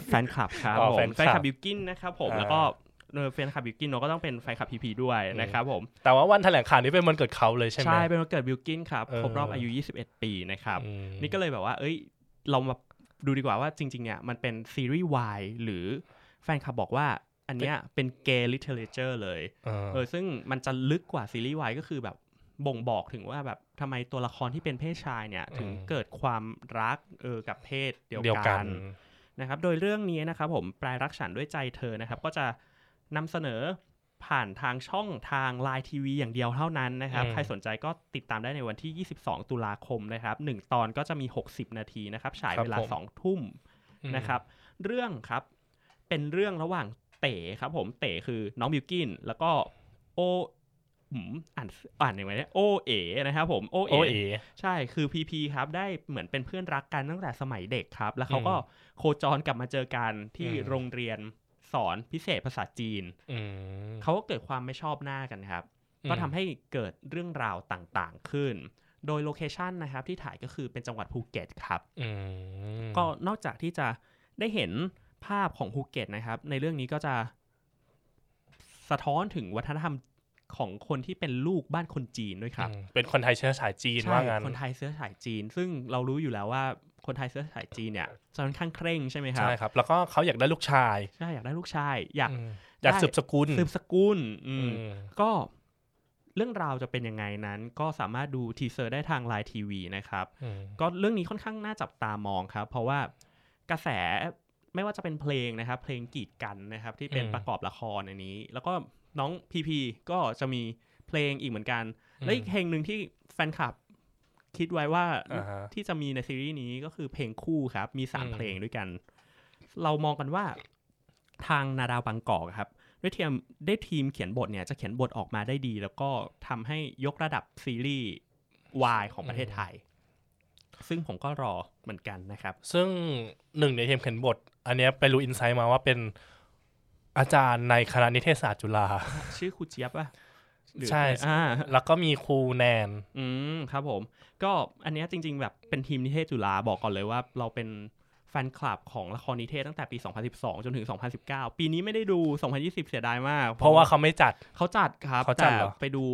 [SPEAKER 1] แฟนคลับครับ
[SPEAKER 3] อ๋อ
[SPEAKER 1] ผม
[SPEAKER 3] แฟนคลับ
[SPEAKER 1] แฟนคลับบิวกินนะครับผม
[SPEAKER 3] อ่า
[SPEAKER 1] แล้วก็เออแฟนคลับบิวกินเนอะก็ต้องเป็นแฟนคลับพีพีด้วยนะครับผม
[SPEAKER 3] แต่ว่าวันแถลงข่าวนี้เป็นวันเกิดเขาเลยใช่ไหม
[SPEAKER 1] ใช่เป็นวันเกิดบิวกินครับ
[SPEAKER 3] เออ
[SPEAKER 1] ครบรอบอายุ 21 ปีนะครับ
[SPEAKER 3] อืม
[SPEAKER 1] นี่ก็เลยแบบว่า เอ้ย เรามาดูดีกว่าว่าจริงๆเนี่ยมันเป็นซีรีส์วายหรือแฟนคลับบอกว่าอันเนี้ยเป็นเกย์ลิเทเลเจอร์เลย
[SPEAKER 3] เออ
[SPEAKER 1] เออซึ่งมันจะลึกกว่าซีรีส์วายก็คือแบบบ่งบอกถึงว่าแบบทำไมตัวละครที่เป็นเพศชายเนี่ยถึงเกิดความรักเออกับเพศเดียว
[SPEAKER 3] เดียว
[SPEAKER 1] กั
[SPEAKER 3] กัน น
[SPEAKER 1] นะครับ โดยเรื่องนี้นะครับผมปลายรักฉันด้วยใจเธอนะครับ ก็จะนำเสนอผ่านทางช่องทางไลน์ทีวีอย่างเดียวเท่านั้นนะครับ
[SPEAKER 3] อืม
[SPEAKER 1] ใครสนใจก็ติดตามได้ในวันที่ 22 ตุลาคมนะครับ 1 ตอนก็จะมี 60 นาทีนะครับ ฉายเวลา 2 ทุ่มนะครับ เรื่องครับ เป็นเรื่องระหว่างเต๋ครับผม เต๋คือน้องบิวกิน แล้วก็โออืมอ่านอ่านยังไงเนี่ยโอเอนะครับผม โอ
[SPEAKER 3] โอ
[SPEAKER 1] เอ
[SPEAKER 3] เอ
[SPEAKER 1] ใช่คือพีพีครับได้เหมือนเป็นเพื่อนรักกันตั้งแต่สมัยเด็กครับ แล้วเขาก็
[SPEAKER 3] อื
[SPEAKER 1] โคจรกลับมาเจอกันที่
[SPEAKER 3] อืม
[SPEAKER 1] โรงเรียนสอนพิเศษภาษาจีน
[SPEAKER 3] อืม
[SPEAKER 1] เขาก็เกิดความไม่ชอบหน้ากันครับ ก็ทำให้เกิดเรื่องราวต่างๆขึ้น โดยโลเคชันนะครับที่ถ่ายก็คือเป็นจังหวัดภูเก็ตครับ
[SPEAKER 3] อืม
[SPEAKER 1] ก็นอกจากที่จะได้เห็นภาพของภูเก็ตนะครับ ในเรื่องนี้ก็จะสะท้อนถึงวัฒนธรรมของคนที่เป็นลูกบ้านคนจีนด้วยครับ
[SPEAKER 3] อืมเป็นคนไทยเชื้อสายจีน
[SPEAKER 1] ใช่
[SPEAKER 3] ว่างั้น
[SPEAKER 1] คนไทยเสื้อสายจีน ซึ่งเรารู้อยู่แล้วว่าคนไทยเสื้อสายจีนเนี่ยจะค่อนข้างเคร่งใช่ไหมครับ
[SPEAKER 3] ใช่ครับ แล้วก็เขาอยากได้ลูกชาย
[SPEAKER 1] ใช่อยากได้ลูกชาย อยาก
[SPEAKER 3] อืมอยากสืบสกุล
[SPEAKER 1] สืบสกุลอื
[SPEAKER 3] อื
[SPEAKER 1] ม
[SPEAKER 3] ม
[SPEAKER 1] ก็เรื่องราวจะเป็นยังไงนั้น ก็สามารถดูทีเซอร์ได้ทางไลน์ทีวีนะครับ
[SPEAKER 3] อืม
[SPEAKER 1] ก็เรื่องนี้ค่อนข้างน่าจับตามองครับ เพราะว่ากระแส ไม่ว่าจะเป็นเพลงนะครับ เพลงกีดกันนะครับ ที่เป็น
[SPEAKER 3] อืม
[SPEAKER 1] ประกอบละครอันนี้ แล้วก็น้องพีพีก็จะมีเพลงอีกเหมือนกัน และอีกเพลงหนึ่งที่แฟนคลับคิดไว้ว่า
[SPEAKER 3] อ่าฮะ
[SPEAKER 1] ที่จะมีในซีรีส์นี้ก็คือเพลงคู่ครับ มีสาม
[SPEAKER 3] อืม
[SPEAKER 1] เพลงด้วยกัน เรามองกันว่าทางนาดาวบางกอกครับได้ทีมได้ทีมเขียนบทเนี่ยจะเขียนบทออกมาได้ดี แล้วก็ทำให้ยกระดับซีรีส์วายของประเทศไทย ซึ่งผมก็รอเหมือนกันนะครับ
[SPEAKER 3] ซึ่งหนึ่งในทีมเขียนบท อันเนี้ยไปรู้อินไซต์มาว่าเป็นอาจารย์ในคณะนิเทศศาสตร์จุฬา
[SPEAKER 1] ชื่อครูเจี๊ยบป่ะหรือ
[SPEAKER 3] ใช่
[SPEAKER 1] อ่า
[SPEAKER 3] แล้วก็มีครูแนน
[SPEAKER 1] อืมครับผม ก็อันเนี้ยจริง ๆ แบบเป็นทีมนิเทศจุฬาบอกก่อนเลยว่า เราเป็นแฟนคลับของละครนิเทศตั้งแต่ปี 2012 จนถึง 2019 ปีนี้ไม่ได้ดู 2020 เสียดายมาก
[SPEAKER 3] เพราะว่าเขาไม่จัด
[SPEAKER 1] เขาจัดครับ
[SPEAKER 3] เขาจั
[SPEAKER 1] แต่
[SPEAKER 3] ดเหรอ
[SPEAKER 1] ไปดู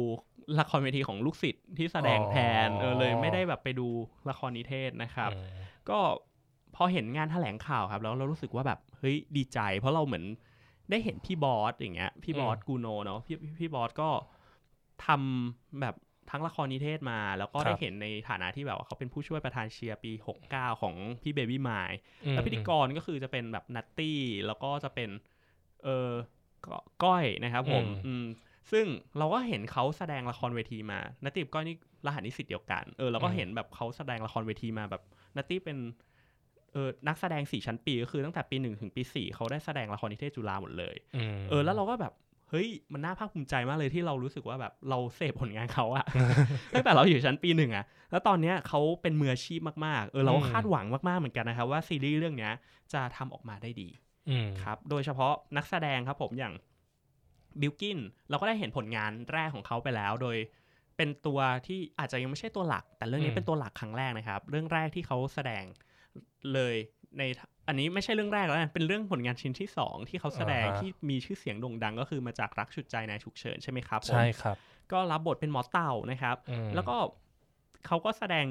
[SPEAKER 1] ละครเวทีของลูกศิษย์ที่แสดง
[SPEAKER 3] อ๋อ
[SPEAKER 1] แทนเออเลยไม่ได้แบบไปดูละครนิเทศนะครับ
[SPEAKER 3] อืม
[SPEAKER 1] ก็พอเห็นงานแถลงข่าวครับ แล้วเรารู้สึกว่าแบบเฮ้ยดีใจ เพราะเราเหมือนได้เห็นพี่บอสอย่างเงี้ยพี่บอสกูโนเนาะพี่พี่พี่บอสก็ทำแบบทั้งละครนิเทศมา แล้วก็
[SPEAKER 3] ครับ
[SPEAKER 1] ได้เห็นในฐานะที่แบบว่าเขาเป็นผู้ช่วยประธานเชียร์ปี 69 ของพี่เบบี้ไมล์แล้วพิธีกรก็คือจะเป็นแบบนัตตี้แล้วก็จะเป็นเออก็ก้อยนะครับผม
[SPEAKER 3] อืม
[SPEAKER 1] อืมซึ่งเราก็เห็นเขาแสดงละครเวทีมานัตตี้กับก้อยนี่รหัสนิสิตเดียวกันเออเราก็เห็นแบบเขาแสดงละครเวทีมาแบบ นัตตี้เป็นเออนักแสดงสี่ชั้นปีก็คือตั้งแต่ปีหนึ่งถึงปีสี่เขาได้แสดงละครนิเทศจุฬาหมดเลย
[SPEAKER 3] ม
[SPEAKER 1] เออ แล้วเราก็แบบ เฮ้ย มันน่าภาคภูมิใจมากเลยที่เรารู้สึกว่าแบบเราเสพผลงานเขาอะ ตั้งแต่เราอยู่ชั้นปีหนึ่งอะแล้วตอนเนี้ยเขาเป็นมืออาชีพมากๆ เออเราก็คาดหวังมากๆเหมือนกันนะครับว่าซีรีส์เรื่องเนี้ยจะทำออกมาได้ดี
[SPEAKER 3] อืม
[SPEAKER 1] ครับ โดยเฉพาะนักแสดงครับผมอย่างบิลกินเราก็ได้เห็นผลงานแรกของเขาไปแล้ว โดยเป็นตัวที่อาจจะยังไม่ใช่ตัวหลัก แต่เรื่องนี้
[SPEAKER 3] อืม
[SPEAKER 1] เป็นตัวหลักครั้งแรกนะครับ เรื่องแรกที่เขาแสดงเลยในอันนี้ไม่ใช่เรื่องแรกแล้วนะเป็นเรื่องผลงานชิ้นที่สองที่เขาแสดงที่มีชื่อเสียงโด่งดังก็คือมาจากรักฉุดใจนายฉุกเฉินใช่ไหมครับผม
[SPEAKER 3] ใช่ครับ
[SPEAKER 1] ก็รับบทเป็นหมอเต่านะครับ
[SPEAKER 3] อืม
[SPEAKER 1] แล้วก็เขาก็แสดง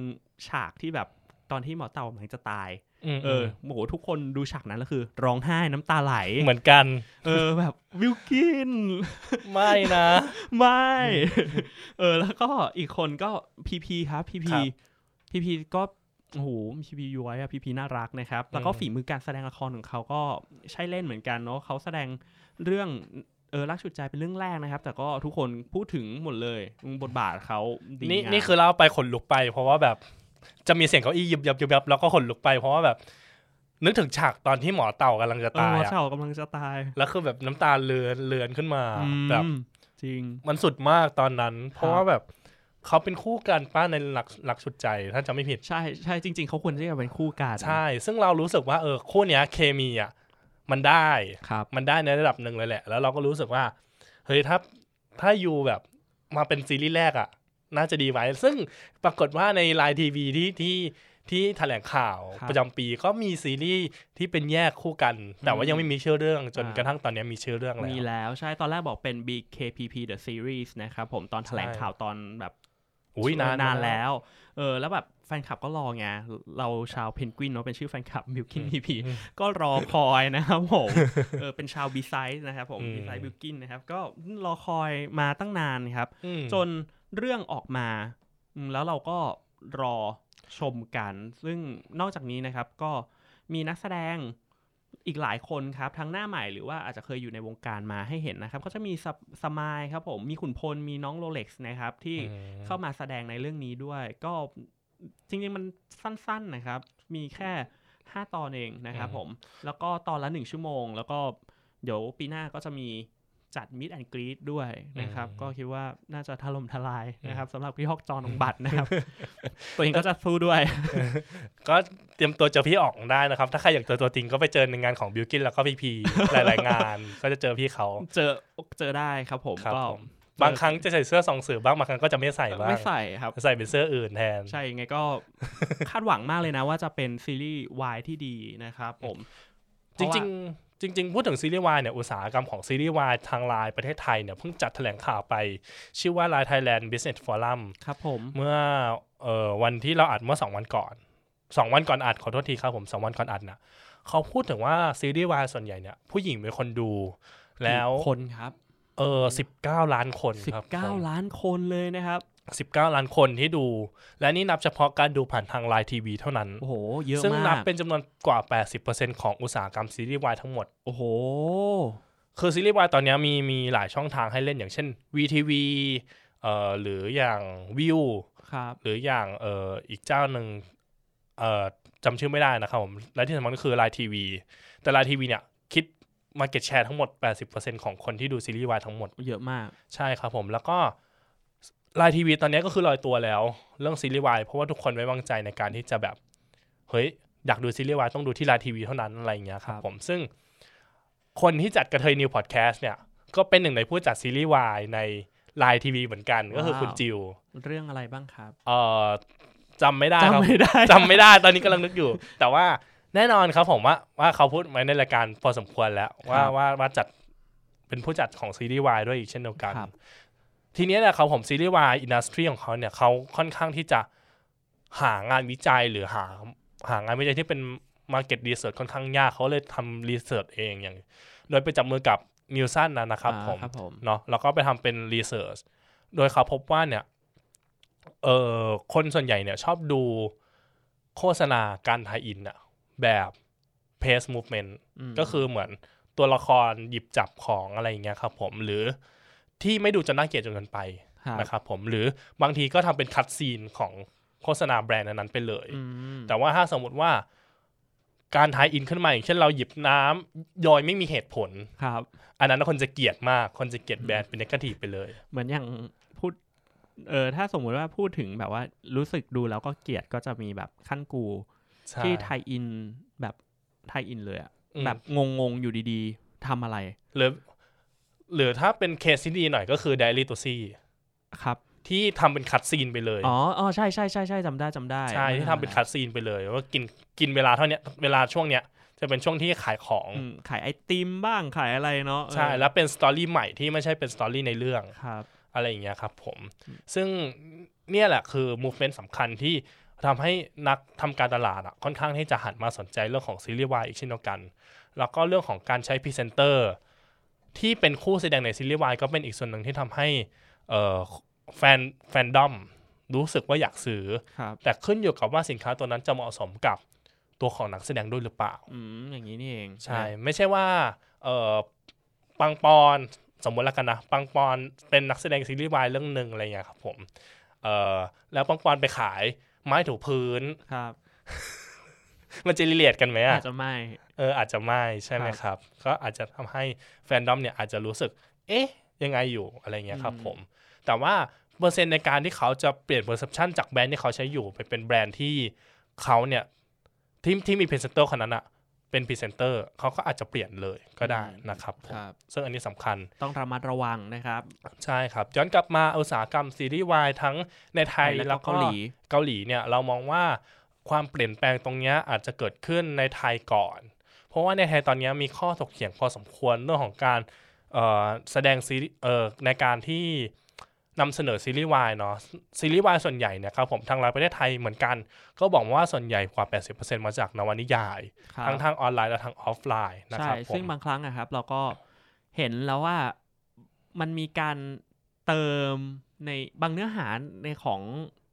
[SPEAKER 1] ฉากที่แบบตอนที่หมอเต่ากำลังจะตาย
[SPEAKER 3] ม
[SPEAKER 1] เออโหทุกคนดูฉากนั้นแล้วคือ ร้องไห้น้ำตาไหล
[SPEAKER 3] เหมือนกัน
[SPEAKER 1] เออแบบวิลกิน
[SPEAKER 3] ไม่นะ
[SPEAKER 1] ไม่ เออ แล้วก็อีกคนก็พีพีครับพี
[SPEAKER 3] ค
[SPEAKER 1] พี
[SPEAKER 3] รับ
[SPEAKER 1] พีพีก็โอ้โหพีพีย้อยอะพีพีน่ารักนะครับ แล้วก็
[SPEAKER 3] อืม
[SPEAKER 1] ฝีมือการแสดงละครของเขาก็ใช่เล่นเหมือนกันเนาะเขาแสดงเรื่องเออรักชุดใจเป็นเรื่องแรกนะครับ แต่ก็ทุกคนพูดถึงหมดเลยอืมบทบาทเขาดี
[SPEAKER 3] นี่
[SPEAKER 1] งาม
[SPEAKER 3] นี่คือเล่าไปขนลุกไป เพราะว่าแบบจะมีเสียงเก้าอี้ยิบยับยิบยับแล้วก็ขนลุกไป เพราะว่าแบบ นึกถึงฉากตอนที่หมอเต่ากำลังจะ
[SPEAKER 1] เออ
[SPEAKER 3] ตาย
[SPEAKER 1] ว่า
[SPEAKER 3] อะ
[SPEAKER 1] เช่ากำลังจะตาย
[SPEAKER 3] แล้วคือแบบน้ำตาเลือนเลือนขึ้นมา
[SPEAKER 1] อืม
[SPEAKER 3] แบบ
[SPEAKER 1] จริง
[SPEAKER 3] มันสุดมากตอนนั้น เพราะ
[SPEAKER 1] ครับ
[SPEAKER 3] ว่าแบบเขาเป็นคู่กันป้าในหลักหลักชุดใจถ้าจำไม่ผิด
[SPEAKER 1] ใช่ใช่จริง ๆเขาควรที่จะเป็นคู่กัน
[SPEAKER 3] ใช่ ซึ่งเรารู้สึกว่าเออคู่เนี้ยเคมีอ่ะมันได้
[SPEAKER 1] ครับ
[SPEAKER 3] มันได้ในระดับหนึ่งเลยแหละ แล้วเราก็รู้สึกว่าเฮ้ยถ้าถ้ายูแบบมาเป็นซีรีส์แรกอ่ะ น่าจะดีไว้ ซึ่งปรากฏว่าในไลน์ทีวีที่ที่ที่แถลงข่าว
[SPEAKER 1] ครับ
[SPEAKER 3] ประจำปีก็มีซีรีส์ที่เป็นแยกคู่กัน แต่ว่ายังไม่มีชื่อเรื่องจน
[SPEAKER 1] อ่า
[SPEAKER 3] กระทั่งตอนเนี้ยมีชื่อเรื่องแล้ว
[SPEAKER 1] มีแล้วใช่ตอนแรกบอกเป็น BKPP The Series นะครับผมตอนแถลง
[SPEAKER 3] ใช่
[SPEAKER 1] ข่าวตอนแบบ
[SPEAKER 3] อุ้ยนาน
[SPEAKER 1] นานแล้ว เออ แล้วแบบแฟนคลับก็รอไง เราชาวเพนกวินเนาะเป็นชื่อแฟนคลับบิลกินพีพีก็รอคอยนะครับผม เออเป็นชาวบีไซส์นะครับผมบีไซส์บิลกินนะครับ ก็รอคอยมาตั้งนานครับ
[SPEAKER 3] อืม
[SPEAKER 1] จนเรื่องออกมาอืมแล้วเราก็รอชมกัน ซึ่งนอกจากนี้นะครับก็มีนักแสดงอีกหลายคนครับ ทั้งหน้าใหม่หรือว่าอาจจะเคยอยู่ในวงการมาให้เห็นนะครับ ก็จะมีสปสมายครับผมมีขุนพลมีน้องโรเล็กซ์นะครับ ที่
[SPEAKER 3] อืม
[SPEAKER 1] เข้ามาแสดงในเรื่องนี้ด้วย ก็จริงๆมันสั้นๆนะครับ มีแค่ 5 ตอนเองนะครับผม แล้วก็ตอนละ 1 ชั่วโมง แล้วก็เดี๋ยวปีหน้าก็จะมีจัดมิดแอนกรีดด้วยนะครับ
[SPEAKER 3] อืม
[SPEAKER 1] ก็คิดว่าน่าจะถล่มทลายนะครับสำหรับพี่ฮอกจอนองบัตร นะครับ ตัวเองก็จะสู้ด้วย
[SPEAKER 3] ก็เตรียมตัวเจอพี่อ๋องได้นะครับ ถ้าใครอยากเจอตัวจริงก็ไปเจอในงานของบิวกินแล้วก็พีพี หลายๆงานก็จะเจอพี่เขา
[SPEAKER 1] เจอเจอได้ครับผม
[SPEAKER 3] ครับ
[SPEAKER 1] ก็
[SPEAKER 3] ผม บางครั้งจะใส่เสื้อสองสื่อบ้างบางครั้งก็จะไม่ใส่บ้าง
[SPEAKER 1] ไม่ใส่ครับ
[SPEAKER 3] จะใส่เป็นเสื้ออื่นแทน
[SPEAKER 1] ใช่ยังไงก็ คาดหวังมากเลยนะว่าจะเป็นซีรีส์วายที่ดีนะครับผม
[SPEAKER 3] จริง ๆ จริง ๆ พูดถึงซีรีส์วายเนี่ยอุตสาหกรรมของซีรีส์วายทางไลน์ประเทศไทยเนี่ยเพิ่งจัดแถลงข่าวไป ชื่อว่าไลน์ Thailand Business Forum
[SPEAKER 1] ๆ ครับผม
[SPEAKER 3] เมื่อเอ่อวันที่เราอัดเมื่อสองวันก่อนสองวันก่อนอัดขอโทษทีครับผมสองวันก่อนอัดนะเขาพูดถึงว่าซีรีส์วายส่วนใหญ่เนี่ยผู้หญิงเป็นคนดูแล้ว
[SPEAKER 1] คนครับ
[SPEAKER 3] เออสิบเก้าล้านคนครับผม
[SPEAKER 1] 19 ล้านคนเลยนะครับ
[SPEAKER 3] 19 ล้านคนที่ดู และนี่นับเฉพาะการดูผ่านทางไลน์ทีวีเท่านั้น
[SPEAKER 1] โอ้โห เยอะ
[SPEAKER 3] ซึ่ง
[SPEAKER 1] มา
[SPEAKER 3] นับ
[SPEAKER 1] ก
[SPEAKER 3] เป็นจำนวนกว่า 80%ของอุตสาหกรรมซีรีส์วายทั้งหมด
[SPEAKER 1] โอ้โห
[SPEAKER 3] คือซีรีส์วายตอนเนี้ยมีมีหลายช่องทางให้เล่นอย่างเช่น VTV เอ่อหรืออย่างวิว
[SPEAKER 1] ครับ
[SPEAKER 3] หรืออย่างเอ่ออีกเจ้าหนึ่งเอ่อจำชื่อไม่ได้นะครับผม และที่สำคัญก็คือไลน์ทีวีแต่ไลน์ทีวีเนี่ยคิดมาเก็ตแชร์ทั้งหมด 80%ของคนที่ดูซีรีส์วายทั้งหมด
[SPEAKER 1] เยอะมาก
[SPEAKER 3] ใช่ครับผมแล้วก็ไลน์ทีวีตอนนี้ก็คือลอยตัวแล้ว เรื่องซีรีส์วายเพราะว่าทุกคนไว้วางใจในการที่จะแบบ เฮ้ย อยากดูซีรีส์วายต้องดูที่ไลน์ทีวีเท่านั้นอะไรอย่างเงี้ยครั
[SPEAKER 1] ค
[SPEAKER 3] บ
[SPEAKER 1] รับ
[SPEAKER 3] ผมซึ่งคนที่จัดกระเทยนิวพอดแคสต์เนี่ย ก็เป็นหนึ่งในผู้จัดซีรีส์วายในไลน์ทีวีเหมือนกันก็คือคุณจิว
[SPEAKER 1] เรื่องอะไรบ้างครับ
[SPEAKER 3] เอ่อจำไม่ได้ครับ
[SPEAKER 1] จำไม่ได้
[SPEAKER 3] จำไม่ได้ตอนนี้กำลังนึกอยู่ แต่ว่าแน่นอนครับผมว่าว่าเขาพูดไว้ในรายการพอสมควรแล้ว ว่า
[SPEAKER 1] ครับ
[SPEAKER 3] ว่าว่าจัดเป็นผู้จัดของซีรีส์วายด้วยอีกเช่นเดียวกัน
[SPEAKER 1] ครับ
[SPEAKER 3] ทีเนี้ยนะครับผมซีรีส์วายอินดัสทรีของเขาเนี่ยเขาค่อนข้างที่จะหางานวิจัยหรือหาหางานวิจัยที่เป็น Market Research ค่อนข้างยากเขาเลยทำรีเสิร์ชเองอย่าง โดยไปจับมือกับนิวซันนะนะครับ
[SPEAKER 1] อ่า
[SPEAKER 3] ผม
[SPEAKER 1] ครับผม
[SPEAKER 3] เนาะแล้วก็ไปทำเป็นรีเสิร์ชโดยเขาพบว่าเนี่ยเออคนส่วนใหญ่เนี่ยชอบดูโฆษณาการไทยอินอะแบบ pace movement
[SPEAKER 1] ม
[SPEAKER 3] ก็คือเหมือนตัวละครหยิบจับของอะไรอย่างเงี้ยครับผมหรือที่ไม่ดูจนน่าเกลียดจนเกินไป
[SPEAKER 1] ครับ
[SPEAKER 3] นะครับผมหรือบางทีก็ทำเป็นคัดซีนของโฆษณาแบรนด์นั้นๆไปเลย
[SPEAKER 1] อืม
[SPEAKER 3] แต่ว่าถ้าสมมติว่าการทายอินขึ้นมาอย่างเช่นเราหยิบน้ำโดยไม่มีเหตุผล
[SPEAKER 1] ครับ
[SPEAKER 3] อันนั้นคนจะเกลียดมาก คนจะเกลียดแบรนด์เป็นนกาทีฟไปเลย
[SPEAKER 1] เหมือนอย่างพูด เออถ้าสมมุติว่าพูดถึงแบบว่ารู้สึกดูแล้วก็เกลียดก็จะมีแบบขั้นกู
[SPEAKER 3] ใช่
[SPEAKER 1] ที่ไทยอินแบบไทยอินเลยอะ
[SPEAKER 3] อืม
[SPEAKER 1] แบบงงงๆอยู่ดีๆทำอะไร
[SPEAKER 3] หรือหรือถ้าเป็นเคสที่ดีหน่อยก็คือ d ดรี่ตัวซี่
[SPEAKER 1] ครับ
[SPEAKER 3] ที่ทำเป็นคัดซีนไปเลย
[SPEAKER 1] อ๋ออ๋อใช่ใช่ใช่ใช่จำได้จำได้
[SPEAKER 3] ใช่ที่ทำเป็นคัดซีนไปเลยว่ากินกินเวลาเท่าเนี้ยเวลาช่วงเนี้ยจะเป็นช่วงที่ขายของ
[SPEAKER 1] อืมขายไอติมบ้างขายอะไรเนาะเออ
[SPEAKER 3] ใช่แล้วเป็นสตอรี่ใหม่ที่ไม่ใช่เป็นสตอรี่ในเรื่อง
[SPEAKER 1] ครับ
[SPEAKER 3] อะไรอย่างเงี้ยครับผม ซึ่งเนี่ยแหละคือ movement สำคัญที่ทำให้นักทำการตลาดอะค่อนข้างที่จะหันมาสนใจเรื่องของซีรีส์วายอีกเช่นเดียวกัน แล้วก็เรื่องของการใช้พรีเซนเตอร์ที่เป็นคู่แสดงในซีรีส์วายก็เป็นอีกส่วนหนึ่งที่ทำให้เอ่อแฟนแฟนดอมรู้สึกว่าอยากซื้อ
[SPEAKER 1] ครับ
[SPEAKER 3] แต่ขึ้นอยู่กับว่าสินค้าตัวนั้นจะเหมาะสมกับตัวของนักแสดงด้วยหรือเปล่า
[SPEAKER 1] อืมอย่างนี้นี่เอง
[SPEAKER 3] ใช่ ไม่ใช่ว่าเออปังปอนสมมติแล้วกันนะ ปังปอนเป็นนักแสดงซีรีส์วายเรื่องหนึ่งอะไรอย่างเงี้ยครับผมเออแล้วปังปอนไปขายไม้ถูพื้น
[SPEAKER 1] ครับ
[SPEAKER 3] มันจะรีเลียดกันไหมอะ
[SPEAKER 1] อาจจะไม่
[SPEAKER 3] เอออาจจะไม่ใช่ไหม
[SPEAKER 1] ครับ
[SPEAKER 3] ครับ ก็อาจจะทำให้แฟนดอมเนี่ยอาจจะรู้สึก เอ๊ะ ยังไงอยู่อะไรเงี้ยครับ
[SPEAKER 1] อืม
[SPEAKER 3] ผม แต่ว่าเปอร์เซ็นต์ในการที่เขาจะเปลี่ยนเพอร์เซพชันจากแบรนด์ที่เขาใช้อยู่ไปเป็นแบรนด์ที่เขาเนี่ยที่ที่มีพรีเซนเตอร์คนนั้นอะเป็นพรีเซนเตอร์เขาก็อาจจะเปลี่ยนเลยก็ได้นะครับผม
[SPEAKER 1] ครับ
[SPEAKER 3] ซึ่งอันนี้สำคัญ
[SPEAKER 1] ต้องระมัดระวังนะครับ
[SPEAKER 3] ใช่ครับ ย้อนกลับมาอุตสาหกรรมซีรีส์วายทั้งในไทยแล้วก็
[SPEAKER 1] เกาหลี
[SPEAKER 3] เกาหลีเนี่ยเรามองว่าความเปลี่ยนแปลงตรงเนี้ยอาจจะเกิดขึ้นในไทยก่อน เพราะว่าในไทยตอนเนี้ยมีข้อถกเถียงพอสมควรเรื่องของการเอ่อแสดงซีรีส์เอ่อในการที่นำเสนอซีรีส์วายเนาะซีรีส์วายส่วนใหญ่เนี่ยครับผมทางร้านประเทศไทยเหมือนกัน ก็บอกว่าส่วนใหญ่กว่า 80%มาจากนวนิยาย
[SPEAKER 1] ครับ
[SPEAKER 3] ทั้งทางออนไลน์และทางออฟไลน์นะ
[SPEAKER 1] ใช่
[SPEAKER 3] ครับผม
[SPEAKER 1] ซึ่งบางครั้งอะครับ เราก็เห็นแล้วว่ามันมีการเติมในบางเนื้อหาในของ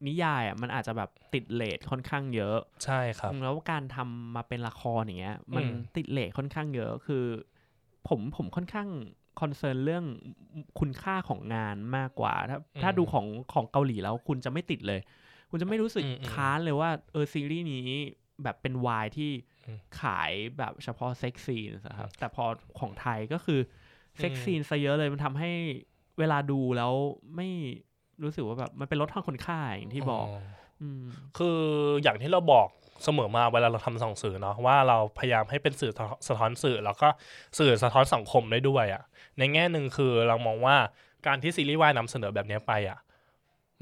[SPEAKER 1] นิยายอะมันอาจจะแบบติดเลทค่อนข้างเยอะ
[SPEAKER 3] ใช่ครับ
[SPEAKER 1] แล้วการทำมาเป็นละครอย่างเงี้ย มัน
[SPEAKER 3] อืม
[SPEAKER 1] ติดเลทค่อนข้างเยอะคือ ผมผมค่อนข้างคอนเซิร์นเรื่องคุณค่าของงานมากกว่า ถ้าถ้าดูของของเกาหลีแล้วคุณจะไม่ติดเลย คุณจะไม่รู้สึก
[SPEAKER 3] อืมอืม
[SPEAKER 1] ค้านเลยว่าเออซีรีส์นี้แบบเป็นวายที่
[SPEAKER 3] อืม
[SPEAKER 1] ขายแบบเฉพาะเซ็กซีนนะครับ
[SPEAKER 3] อืม
[SPEAKER 1] แต่พอของไทยก็คือเซ็ก
[SPEAKER 3] อืม
[SPEAKER 1] ซีนซะเยอะเลยมันทำให้เวลาดูแล้วไม่รู้สึกว่าแบบมันเป็นลดทางคุณค่าอย่างที่บอก อืม
[SPEAKER 3] คืออย่างที่เราบอกเสมอมาเวลาเราทำสองสื่อเนาะว่าเราพยายามให้เป็นสื่อสะท้อนสื่อ แล้วก็สื่อสะท้อนสังคมได้ด้วยอะ่ะในแง่หนึ่งคือเรามองว่าการที่ซีรีส์วายนำเสนอแบบเนี้ยไปอะ่ะ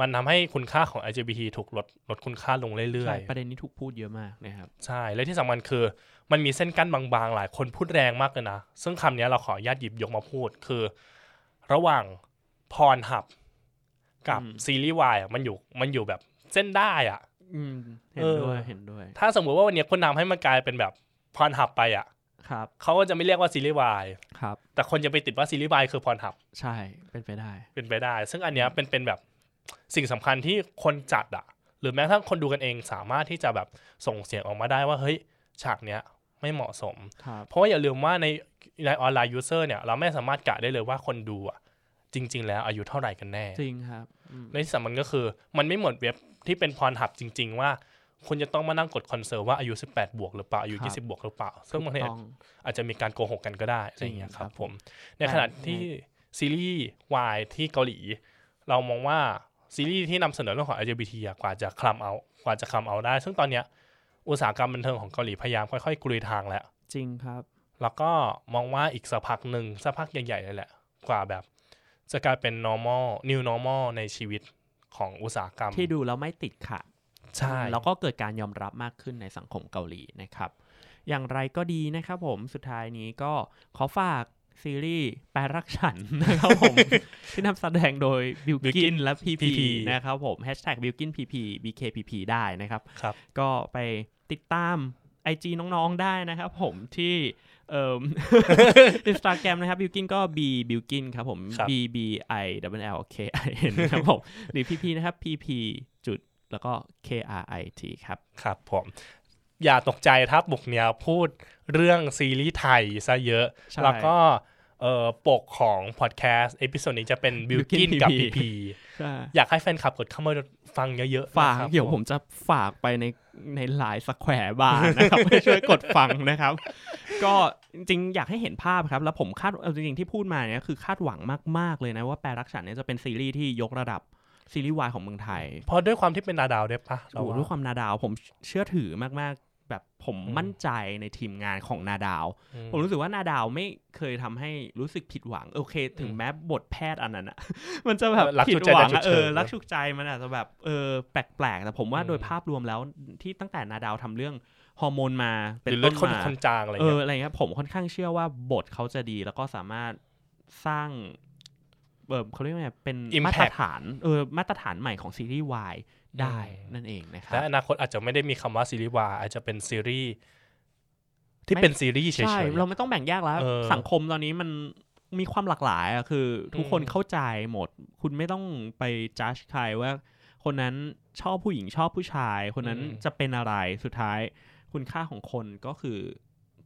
[SPEAKER 3] มันทำให้คุณค่าของ LGBT ถูกลดลดคุณค่าลงเรื่อ
[SPEAKER 1] ใช่
[SPEAKER 3] ย
[SPEAKER 1] ประเด็นนี้ถูกพูดเยอะมากนะครับ
[SPEAKER 3] ๆใช่และที่สำคัญคือ มันมีเส้นกั้นบางๆ หลายคนพูดแรงมากเลยนะซึ่งคำเนี้ยเราขออนุญาตหยิบยกมาพูดคือ ระหว่างพรหับกับ
[SPEAKER 1] อืม
[SPEAKER 3] ซีรีส์วายอะมันอยู่มันอยู่แบบเส้นได้อ่ะ
[SPEAKER 1] อืมเห็นด้วย
[SPEAKER 3] เออ
[SPEAKER 1] เห็นด้วย
[SPEAKER 3] ถ้าสมมุติว่าวันเนี้ยคนนำให้มันกลายเป็นแบบพรหับไปอ่ะ
[SPEAKER 1] ครับ
[SPEAKER 3] เขาก็จะไม่เรียกว่าซีรีส์วาย
[SPEAKER 1] ครับ
[SPEAKER 3] แต่คนจะไปติดว่าซีรีส์วายคือพรหับ
[SPEAKER 1] ใช่ เป็นไปได้
[SPEAKER 3] เป็นไปได้ ซึ่งอันเนี้ยเป็นเป็นแบบ สิ่งสำคัญที่คนจัดอะหรือแม้กระทั่งคนดูกันเองสามารถที่จะแบบส่งเสียงออกมาได้ว่าเฮ้ยฉากเนี้ยไม่เหมาะสม
[SPEAKER 1] ครับ
[SPEAKER 3] เพราะว่าอย่าลืมว่าในในออนไลน์ยูเซอร์เนี่ยเราไม่สามารถกะได้เลยว่าคนดูอะจริง ๆ แล้วอายุเท่าไหร่กันแน่
[SPEAKER 1] จริงครับอืม
[SPEAKER 3] ในที่สำคัญก็คือมันไม่เหมือนเว็บที่เป็นพรหับจริง ๆ ว่า คุณจะต้องมานั่งกดคอนเซิร์ฟว่าอายุ 18 บวกหรือเปล่าอายุ 20 บวกหรือเปล่า ซึ่งบางที
[SPEAKER 1] ถูกต้อง
[SPEAKER 3] อาจจะมีการโกหกกันก็ได้อะไรอย่างเงี้ยค
[SPEAKER 1] ครั
[SPEAKER 3] รับบ ผม ในขณะที่ซีรีส์วายที่เกาหลี เรามองว่าซีรีส์ที่นำเสนอเรื่องของ LGBT อะกว่าจะคลำเอากว่าจะคลำเอาได้ ซึ่งตอนเนี้ยอุตสาหกรรมบันเทิงของเกาหลีพยายามค่อยๆกลุยทางแล้ว
[SPEAKER 1] จริงครับ
[SPEAKER 3] แล้วก็มองว่าอีกสักพักหนึ่งสักพักใหญ่ๆเลยแหละ กว่าแบบ จะกลายเป็น normal new normal ในชีวิตของอุตสาหกรรม
[SPEAKER 1] ที่ดูแล้วไม่ติดขัด
[SPEAKER 3] ใช่
[SPEAKER 1] แล้วก็เกิดการยอมรับมากขึ้นในสังคมเกาหลีนะครับ อย่างไรก็ดีนะครับผม สุดท้ายนี้ก็ขอฝากซีรีส์แปรรักฉันนะครับ ผม ที่นำแสดงโดยบิวกินและพีพีนะครับผมแฮชแท็กบิวกินพีพีบีเคพีพีได้นะครับ
[SPEAKER 3] ครับ
[SPEAKER 1] ก็ไปติดตาม IG น้องๆได้นะครับผมที่เอ่ อ อินสตาแกรมนะครับบิวกินก็ b บิวกินครับผม
[SPEAKER 3] ครับ
[SPEAKER 1] b b i w l k i n ครับผม หรือ pp นะครับ pp จุดแล้วก็ k r i t ครับ
[SPEAKER 3] ครับผม อย่าตกใจถ้าบุกเนี้ยพูดเรื่องซีรีส์ไทยซะเยอะ
[SPEAKER 1] ใช่
[SPEAKER 3] แล้วก็เอ่อปกของพอดแคสต์ เอพิโซดนี้จะเป็นบิวกิน
[SPEAKER 1] Bilkin
[SPEAKER 3] กับ
[SPEAKER 1] PP
[SPEAKER 3] พีพีอยากให้แฟนคลับกดเข้ามาฟังเยอะๆ
[SPEAKER 1] ฝาก
[SPEAKER 3] นะครับ
[SPEAKER 1] เดี๋ยวผมจะฝากไปในในหลายสแควร์บ้างนะครับ ให้ช่วยกดฟังนะครับ ก็จริงๆ อยากให้เห็นภาพครับ แล้วผมคาดเอาจริงๆ ที่พูดมาเนี่ยคือคาดหวังมากๆเลยนะว่าแปรรักฉันเนี่ยจะเป็นซีรีส์ที่ยกระดับซีรีส์วายของเมืองไทย
[SPEAKER 3] เพราะด้วยความที่เป็นดาดาวด้วยปะเรา
[SPEAKER 1] โอ้โห
[SPEAKER 3] ว่า
[SPEAKER 1] ด้วยความนาดาวผมเชื่อถือมากๆ แบบผม
[SPEAKER 3] อืม
[SPEAKER 1] มั่นใจในทีมงานของนาดาว
[SPEAKER 3] อืม
[SPEAKER 1] ผมรู้สึกว่านาดาวไม่เคยทำให้รู้สึกผิดหวัง โอเค ถึง
[SPEAKER 3] อืม
[SPEAKER 1] แม้บทแพทย์อันนั้นอะ มันจะแบบ
[SPEAKER 3] เออรัก
[SPEAKER 1] ผิ
[SPEAKER 3] ฉุ
[SPEAKER 1] ด
[SPEAKER 3] กใจ
[SPEAKER 1] หวัง
[SPEAKER 3] แต่ฉุก
[SPEAKER 1] อะ
[SPEAKER 3] เฉิน
[SPEAKER 1] เออรักชุกใจมันอาจจะแบบเออแปลกๆ แต่ผมว่า
[SPEAKER 3] อืม
[SPEAKER 1] โดยภาพรวมแล้วที่ตั้งแต่นาดาวทำเรื่องฮอร์โมนมาเป็
[SPEAKER 3] ห
[SPEAKER 1] น
[SPEAKER 3] รือล
[SPEAKER 1] ต้
[SPEAKER 3] ด
[SPEAKER 1] น
[SPEAKER 3] คน
[SPEAKER 1] มา
[SPEAKER 3] คนจางอะไร
[SPEAKER 1] เอ
[SPEAKER 3] เงี้
[SPEAKER 1] อย อะไรเงี้ยผมค่อนข้างเชื่อว่าบทเขาจะดีแล้วก็สามารถสร้างเออเขาเรียกว่าไงเป็นมาตรฐานเออมาตรฐานใหม่ของซีรีส์วายได้นั่นเองนะครั
[SPEAKER 3] และ
[SPEAKER 1] บ
[SPEAKER 3] อนาคตอาจจะไม่ได้มีคำว่าซีรีส์วายอาจจะเป็นซีรีส์ที่เป็นซีรีส์เฉย
[SPEAKER 1] ใช่
[SPEAKER 3] ๆ
[SPEAKER 1] เราไม่ต้องแบ่งแยกแล้ว
[SPEAKER 3] เออ
[SPEAKER 1] สังคมตอนนี้มันมีความหลากหลายอะคือ ทุกคน
[SPEAKER 3] อืม
[SPEAKER 1] เข้าใจหมด คุณไม่ต้องไปจัดใครว่า คนนั้นชอบผู้หญิงชอบผู้ชาย คนนั้นจะเป็นอะไรสุดท้าย คุณค่าของคนก็คือ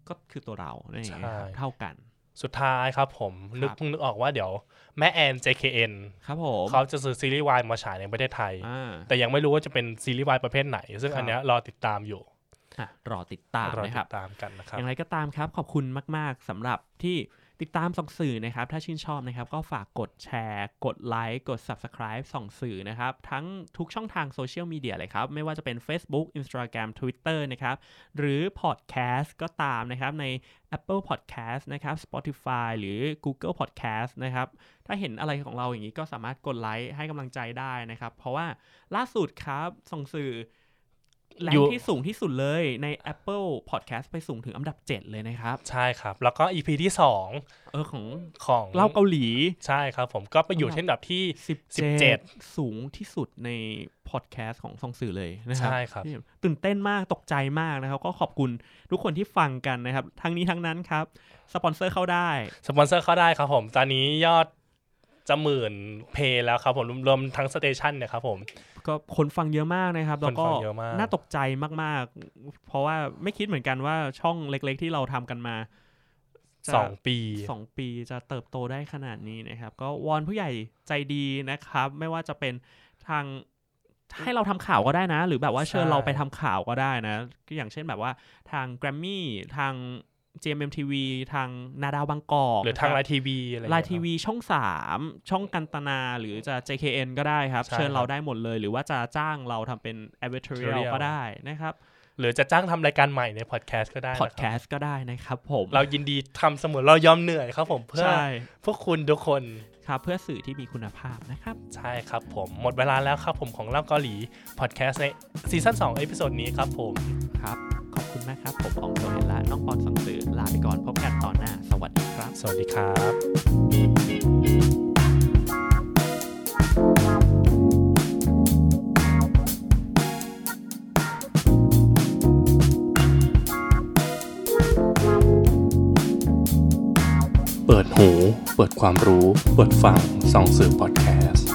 [SPEAKER 1] ก็คือตัวเรานั่นเองนะครับเท่ากัน
[SPEAKER 3] สุดท้ายครับผมนึกเพิ่งนึกออกว่าเดี๋ยวแม่แอน JKN
[SPEAKER 1] ครับผม
[SPEAKER 3] เขาจะซื้อซีรีส์วายมาฉายในประเทศไทย
[SPEAKER 1] อ่า
[SPEAKER 3] แต่ยังไม่รู้ว่าจะเป็นซีรีส์วายประเภทไหน ซึ่ง
[SPEAKER 1] ครับ
[SPEAKER 3] อันเนี้ยรอติดตามอยู่
[SPEAKER 1] อ่ะรอติดตาม
[SPEAKER 3] รอ
[SPEAKER 1] นะค
[SPEAKER 3] ติ
[SPEAKER 1] รับ
[SPEAKER 3] ดตามกันนะครับ
[SPEAKER 1] อย่างไรก็ตามครับ ขอบคุณมาก ๆสำหรับที่ติดตามส่องสื่อนะครับ ถ้าชื่นชอบนะครับ ก็ฝากกดแชร์ กดไลค์กด Subscribe ส่องสื่อนะครับ ทั้งทุกช่องทางโซเชียลมีเดียเลยครับ ไม่ว่าจะเป็น Facebook Instagram Twitter นะครับ หรือ Podcast ก็ตามนะครับ ใน Apple Podcast นะครับ Spotify หรือ Google Podcast นะครับ ถ้าเห็นอะไรของเราอย่างนี้ก็สามารถกดไลค์ให้กำลังใจได้นะครับ เพราะว่าล่าสุดครับส่องสื่อแรง
[SPEAKER 3] อยู่
[SPEAKER 1] ที่สูงที่สุดเลยใน Apple Podcast ไปสูงถึงอันดับ 7 เลยนะครับ
[SPEAKER 3] ใช่ครับ แล้วก็ EP ที่
[SPEAKER 1] เออของ
[SPEAKER 3] 2 ของ
[SPEAKER 1] เล่าเกาหลี
[SPEAKER 3] ใช่ครับผมก็ไปอยู่ที่อันดับที่
[SPEAKER 1] 17 สูงที่สุดในพอดแคสต์ของซองสื่อเลยนะครับ
[SPEAKER 3] ใช่ครับ
[SPEAKER 1] ที่ตื่นเต้นมากตกใจมากนะครับ ก็ขอบคุณทุกคนที่ฟังกันนะครับ ทั้งนี้ทั้งนั้นครับ สปอนเซอร์เข้าได้
[SPEAKER 3] สปอนเซอร์เข้าได้ครับผม ตอนนี้ยอดจะหมื่นเพย์แล้วครับผมรวมๆทั้งสเตชันเนี่ยครับผม
[SPEAKER 1] ก็คนฟังเยอะมากนะครับแล้ว
[SPEAKER 3] ค
[SPEAKER 1] ก็
[SPEAKER 3] นฟังเยอะมาก
[SPEAKER 1] น่าตกใจมากๆ เพราะว่าไม่คิดเหมือนกันว่าช่องเล็ก ๆ ที่เราทำกันมาจะ
[SPEAKER 3] สองปี
[SPEAKER 1] สองปีจะเติบโตได้ขนาดนี้นะครับ ก็วอนผู้ใหญ่ใจดีนะครับ ไม่ว่าจะเป็นทางให้เราทำข่าวก็ได้นะ หรือแบบว่าเชิญ
[SPEAKER 3] ใช่
[SPEAKER 1] เราไปทำข่าวก็ได้นะก็อย่างเช่นแบบว่าทางแกรมมี่ทาง GMMTV ทางนาดาวบางกอก
[SPEAKER 3] หรือทาง
[SPEAKER 1] นะค
[SPEAKER 3] ไล
[SPEAKER 1] บ
[SPEAKER 3] น์ทีวีอะไรอย่ง
[SPEAKER 1] ไลน์
[SPEAKER 3] เงี้ยครับ
[SPEAKER 1] ทีวีช่อง 3 ช่องกันตนาหรือจะ JKN ก็ได้ครับ
[SPEAKER 3] ใช่
[SPEAKER 1] เชิญ
[SPEAKER 3] ครับ
[SPEAKER 1] เราได้หมดเลย หรือว่าจะจ้างเราทำเป็น a d v e r t o r i a l
[SPEAKER 3] Editorial
[SPEAKER 1] ก็ได้นะครับ
[SPEAKER 3] หรือจะจ้างทำรายการใหม่ในพอดแคสต์ก็ได้นะ
[SPEAKER 1] พ
[SPEAKER 3] ค
[SPEAKER 1] อ
[SPEAKER 3] รั
[SPEAKER 1] ด
[SPEAKER 3] บ
[SPEAKER 1] แคสต์ก็ได้นะครับผม
[SPEAKER 3] เรายินดีทำเสมอเรายอมเหนื่อยครับผมเพื่อ
[SPEAKER 1] ใช่
[SPEAKER 3] พวกคุณทุกคน
[SPEAKER 1] ครับ เพื่อสื่อที่มีคุณภาพนะครับ
[SPEAKER 3] ใช่ครับผม หมดเวลาแล้วครับผมของเล่าเกาหลีพอดแคสต์ในซีซั่น2เอพิโซดนี้ครับผม
[SPEAKER 1] ครับ ขอบคุณมากครับ ผมอองโซเฮนละน้องปอนสังสือลาไปก่อนพบกันตอนหน้า สวัสดีครับ
[SPEAKER 3] สวัสดีครับ
[SPEAKER 2] เปิดหู เปิดความรู้ เปิดฟังส่องสื่อพอดแคสต์